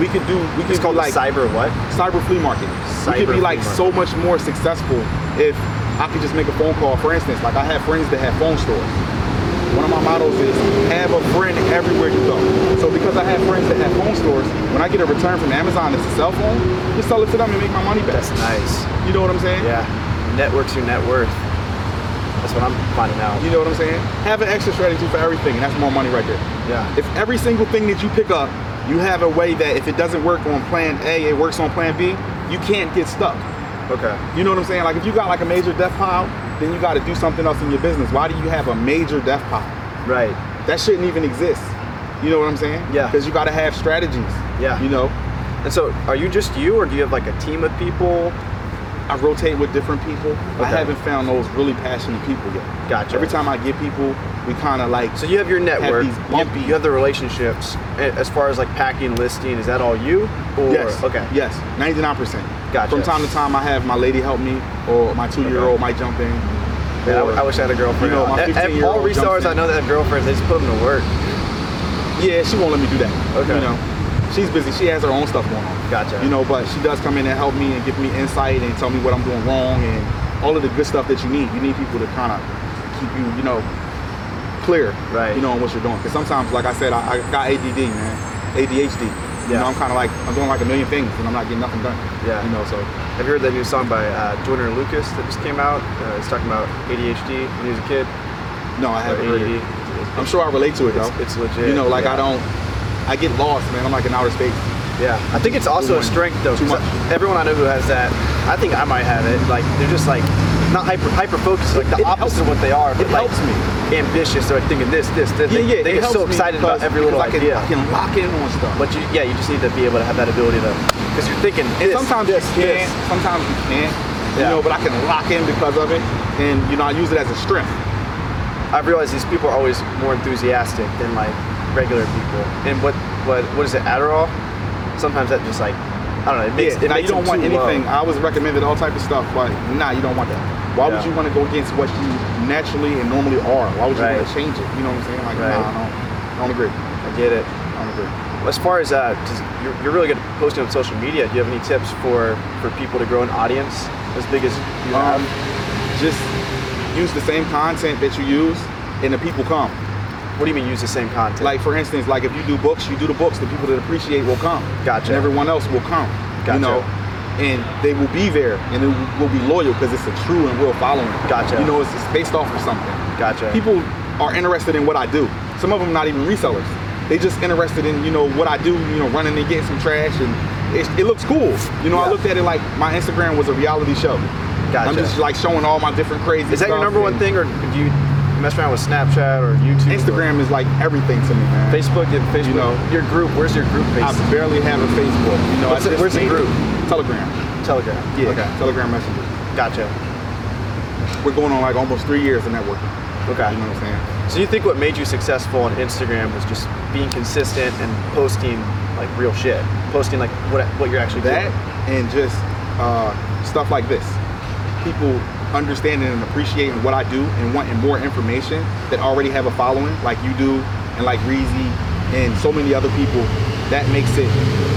Speaker 3: we could do we could
Speaker 2: it's
Speaker 3: do
Speaker 2: called
Speaker 3: like
Speaker 2: like cyber what?
Speaker 3: cyber flea market. we
Speaker 2: Cyber
Speaker 3: could be
Speaker 2: flea
Speaker 3: like so much more successful if I could just make a phone call. For instance, like I have friends that have phone stores. One of my mottos is have a friend everywhere you go. So because I have friends that have phone stores, when I get a return from Amazon, it's a cell phone, just sell it to them and make my money back.
Speaker 2: That's nice.
Speaker 3: You know what I'm saying?
Speaker 2: Yeah. Network's your net worth. That's what I'm finding out.
Speaker 3: You know what I'm saying? Have an exit strategy for everything, and that's more money right there.
Speaker 2: Yeah.
Speaker 3: If every single thing that you pick up, you have a way that if it doesn't work on plan A, it works on plan B, you can't get stuck.
Speaker 2: okay.
Speaker 3: You know what I'm saying? Like if you got like a major death pile, then you got to do something else in your business. Why do you have a major death pile?
Speaker 2: Right.
Speaker 3: That shouldn't even exist. You know what I'm saying?
Speaker 2: Yeah.
Speaker 3: Because you got to have strategies.
Speaker 2: Yeah.
Speaker 3: You know,
Speaker 2: And so, are you just you, or do you have like a team of people?
Speaker 3: I rotate with different people. I
Speaker 2: Okay.
Speaker 3: haven't found those really passionate people yet.
Speaker 2: Gotcha.
Speaker 3: Every time I get people, we kind of like
Speaker 2: So you have your network.
Speaker 3: these
Speaker 2: you-
Speaker 3: bumpy-
Speaker 2: you, have the relationships. A- As far as like packing, listing, is that all you? Or,
Speaker 3: Yes.
Speaker 2: Okay.
Speaker 3: Yes. Ninety nine percent.
Speaker 2: Gotcha.
Speaker 3: From time to time, I have my lady help me, or my two year old might jump in.
Speaker 2: Man, I,
Speaker 3: Or-
Speaker 2: I wish I had a girlfriend.
Speaker 3: You know, my
Speaker 2: E- e-
Speaker 3: 15-year-old
Speaker 2: all resellers
Speaker 3: jumps in.
Speaker 2: I know that have girlfriends, they just put them to work.
Speaker 3: Yeah, she won't let me do that.
Speaker 2: Okay.
Speaker 3: You know, she's busy. She has her own stuff going on.
Speaker 2: Gotcha.
Speaker 3: You know, but she does come in and help me and give me insight and tell me what I'm doing wrong and all of the good stuff that you need. You need people to kind of keep you, you know, clear.
Speaker 2: Right.
Speaker 3: You know, on what you're doing. Because sometimes, like I said, I, I got ADD, man. ADHD. You
Speaker 2: Yeah.
Speaker 3: know, I'm kind of like I'm doing like a million things and I'm not getting nothing done.
Speaker 2: Yeah.
Speaker 3: You know, so
Speaker 2: Have you heard that new song by uh, Joyner Lucas that just came out? Uh, it's talking about ADHD when he was a kid.
Speaker 3: no, I
Speaker 2: Or
Speaker 3: haven't heard
Speaker 2: ADD.
Speaker 3: it. I'm sure I relate to it though.
Speaker 2: It's- it's legit,
Speaker 3: You know, like
Speaker 2: yeah.
Speaker 3: I don't. I get lost, man. I'm like in outer space.
Speaker 2: Yeah, I think it's also a
Speaker 3: Too
Speaker 2: strength though.
Speaker 3: much.
Speaker 2: 'cause Everyone I know who has that, I think I might have it. Like they're just like not hyper hyper focused, like the
Speaker 3: It helps
Speaker 2: opposite of what they are. But
Speaker 3: It
Speaker 2: like,
Speaker 3: helps me.
Speaker 2: Ambitious, they're like thinking this, this, this.
Speaker 3: Yeah,
Speaker 2: They-
Speaker 3: yeah.
Speaker 2: They
Speaker 3: it
Speaker 2: get so
Speaker 3: helps me
Speaker 2: excited about
Speaker 3: because-
Speaker 2: every little
Speaker 3: because I can,
Speaker 2: idea.
Speaker 3: I can lock in on stuff.
Speaker 2: But you, yeah, you just need to be able to have that ability to, because you're thinking.
Speaker 3: And
Speaker 2: This,
Speaker 3: sometimes
Speaker 2: this,
Speaker 3: you
Speaker 2: this.
Speaker 3: can't. Sometimes you can't.
Speaker 2: Yeah.
Speaker 3: You know, but I can lock in because of it, and you know I use it as a strength.
Speaker 2: I've realized these people are always more enthusiastic than like regular people. And what what what is it? Adderall. Sometimes that just like I don't know. It makes, it
Speaker 3: now
Speaker 2: makes
Speaker 3: you don't
Speaker 2: them
Speaker 3: want
Speaker 2: too uh,
Speaker 3: anything.
Speaker 2: low.
Speaker 3: I was recommended all type of stuff, but nah, you don't want that. Why would
Speaker 2: Yeah.
Speaker 3: you want to go against what you naturally and normally are? Why would you
Speaker 2: Right.
Speaker 3: want to change it? You know what I'm saying? Like,
Speaker 2: Right.
Speaker 3: nah, I don't, I don't agree. I
Speaker 2: I get it.
Speaker 3: don't agree.
Speaker 2: As far as uh, 'cause you're, you're really good at posting on social media. Do you have any tips for for people to grow an audience as big as you
Speaker 3: Um,
Speaker 2: have?
Speaker 3: just use the same content that you use, and the people come.
Speaker 2: What do you mean use the same content?
Speaker 3: Like for instance, like if you do books, you do the books. The people that appreciate will come.
Speaker 2: Gotcha.
Speaker 3: And everyone else will come.
Speaker 2: Gotcha.
Speaker 3: You know, and they will be there, and it will be loyal because it's a true and real following.
Speaker 2: Gotcha.
Speaker 3: You know, it's, it's based off of something.
Speaker 2: Gotcha.
Speaker 3: People are interested in what I do. Some of them not even resellers. They just interested in you know what I do. You know, running and getting some trash, and it, it looks cool. You know, I
Speaker 2: Yeah.
Speaker 3: looked at it like my Instagram was a reality show. I'm
Speaker 2: Gotcha.
Speaker 3: just like showing all my different crazy.
Speaker 2: is that your
Speaker 3: stuff
Speaker 2: number one
Speaker 3: and
Speaker 2: thing, or do you mess around with Snapchat or YouTube?
Speaker 3: Instagram is like everything to me,
Speaker 2: or
Speaker 3: man.
Speaker 2: Facebook, Um, and Facebook.
Speaker 3: You know.
Speaker 2: your group. Where's your group based?
Speaker 3: I barely have a Facebook. You know,
Speaker 2: What's
Speaker 3: I
Speaker 2: it-
Speaker 3: just
Speaker 2: where's the
Speaker 3: made it.
Speaker 2: group?
Speaker 3: Telegram.
Speaker 2: Telegram.
Speaker 3: Yeah.
Speaker 2: Okay.
Speaker 3: Telegram Messenger.
Speaker 2: Gotcha.
Speaker 3: We're going on like almost three years of networking.
Speaker 2: Okay.
Speaker 3: You know what I'm
Speaker 2: So you think what made you successful on Instagram was just being consistent and posting like real shit, posting like what what you're actually
Speaker 3: saying? That
Speaker 2: doing.
Speaker 3: and just uh, stuff like this. People understanding and appreciating what I do and wanting more information that already have a following, like you do, and like Reezy and so many other people. That makes it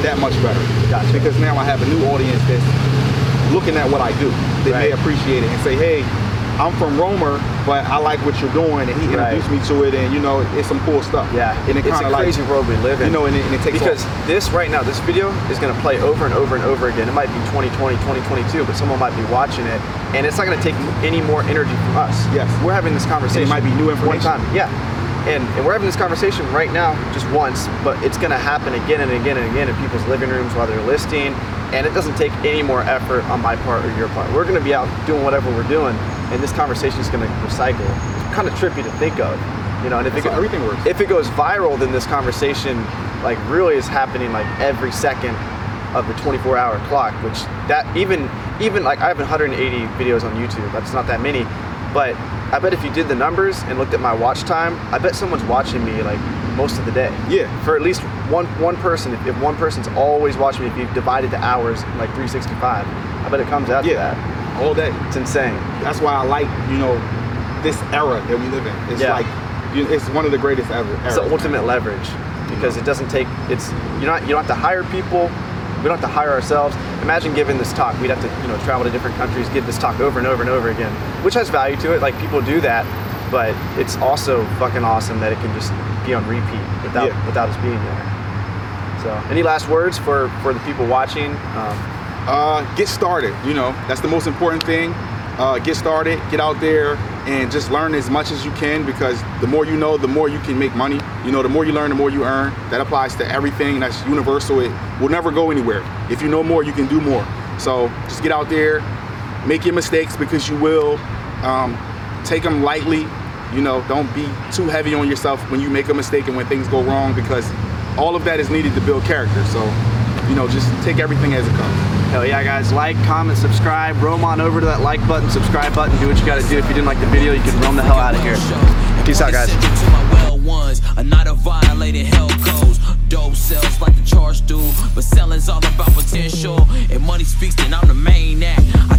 Speaker 3: that much better.
Speaker 2: Gotcha.
Speaker 3: Because now I have a new audience that's looking at what I do. They
Speaker 2: Right.
Speaker 3: may appreciate it and say, hey, I'm from Romer, but I like what you're doing, and he
Speaker 2: Right.
Speaker 3: introduced me to it, and you know, it's some cool stuff.
Speaker 2: Yeah,
Speaker 3: and it
Speaker 2: it's
Speaker 3: kind
Speaker 2: a
Speaker 3: of like
Speaker 2: crazy world we live in.
Speaker 3: You know, and it, and it takes
Speaker 2: because
Speaker 3: off.
Speaker 2: this right now, this video is going to play over and over and over again. It might be 2020, 2022, but someone might be watching it, and it's not going to take any more energy from us.
Speaker 3: Yes.
Speaker 2: we're having this conversation.
Speaker 3: might be new
Speaker 2: One
Speaker 3: information.
Speaker 2: time, yeah. And, and we're having this conversation right now, just once, but it's going to happen again and again and again in people's living rooms while they're listening. And it doesn't take any more effort on my part or your part. We're going to be out doing whatever we're doing, and this conversation is going to recycle. It's kind of trippy to think of, you know. And if
Speaker 3: That's
Speaker 2: it
Speaker 3: how everything works.
Speaker 2: if it goes viral, then this conversation like really is happening like every second of the 24-hour clock, which that even even like I have 180 videos on YouTube. That's not that many, but I bet if you did the numbers and looked at my watch time, I bet someone's watching me like most of the day.
Speaker 3: Yeah.
Speaker 2: For at least one one person, if, if one person's always watching me, if you've divided the hours like 365, I bet it comes out to
Speaker 3: yeah,
Speaker 2: that.
Speaker 3: all day.
Speaker 2: It's insane.
Speaker 3: That's why I like you know this era that we live in. It's
Speaker 2: Yeah.
Speaker 3: like you, it's one of the greatest ever.
Speaker 2: it's the
Speaker 3: eras.
Speaker 2: ultimate leverage because it doesn't take it's you're not you don't have to hire people we don't have to hire ourselves imagine giving this talk we'd have to you know travel to different countries give this talk over and over and over again which has value to it like people do that but it's also fucking awesome that it can just be on repeat without
Speaker 3: Yeah.
Speaker 2: without us being there so any last words for for the people watching um,
Speaker 3: uh, get started. You know, that's the most important thing. Uh, get started, get out there, and just learn as much as you can because the more you know, the more you can make money. You know, the more you learn, the more you earn. That applies to everything. That's universal. It will never go anywhere. If you know more, you can do more. So just get out there, make your mistakes because you will. Um, take them lightly. You know, don't be too heavy on yourself when you make a mistake and when things go wrong because all of that is needed to build character. So, you know, just take everything as it comes.
Speaker 2: hell yeah guys like comment subscribe roam on over to that like button subscribe button do what you gotta do if you didn't like the video you can roam the hell out of here peace out guys
Speaker 1: Send it to my well ones, another violated hell codes. Dope sells like the charge do, but selling's all about potential. If money speaks, then I'm the main act. I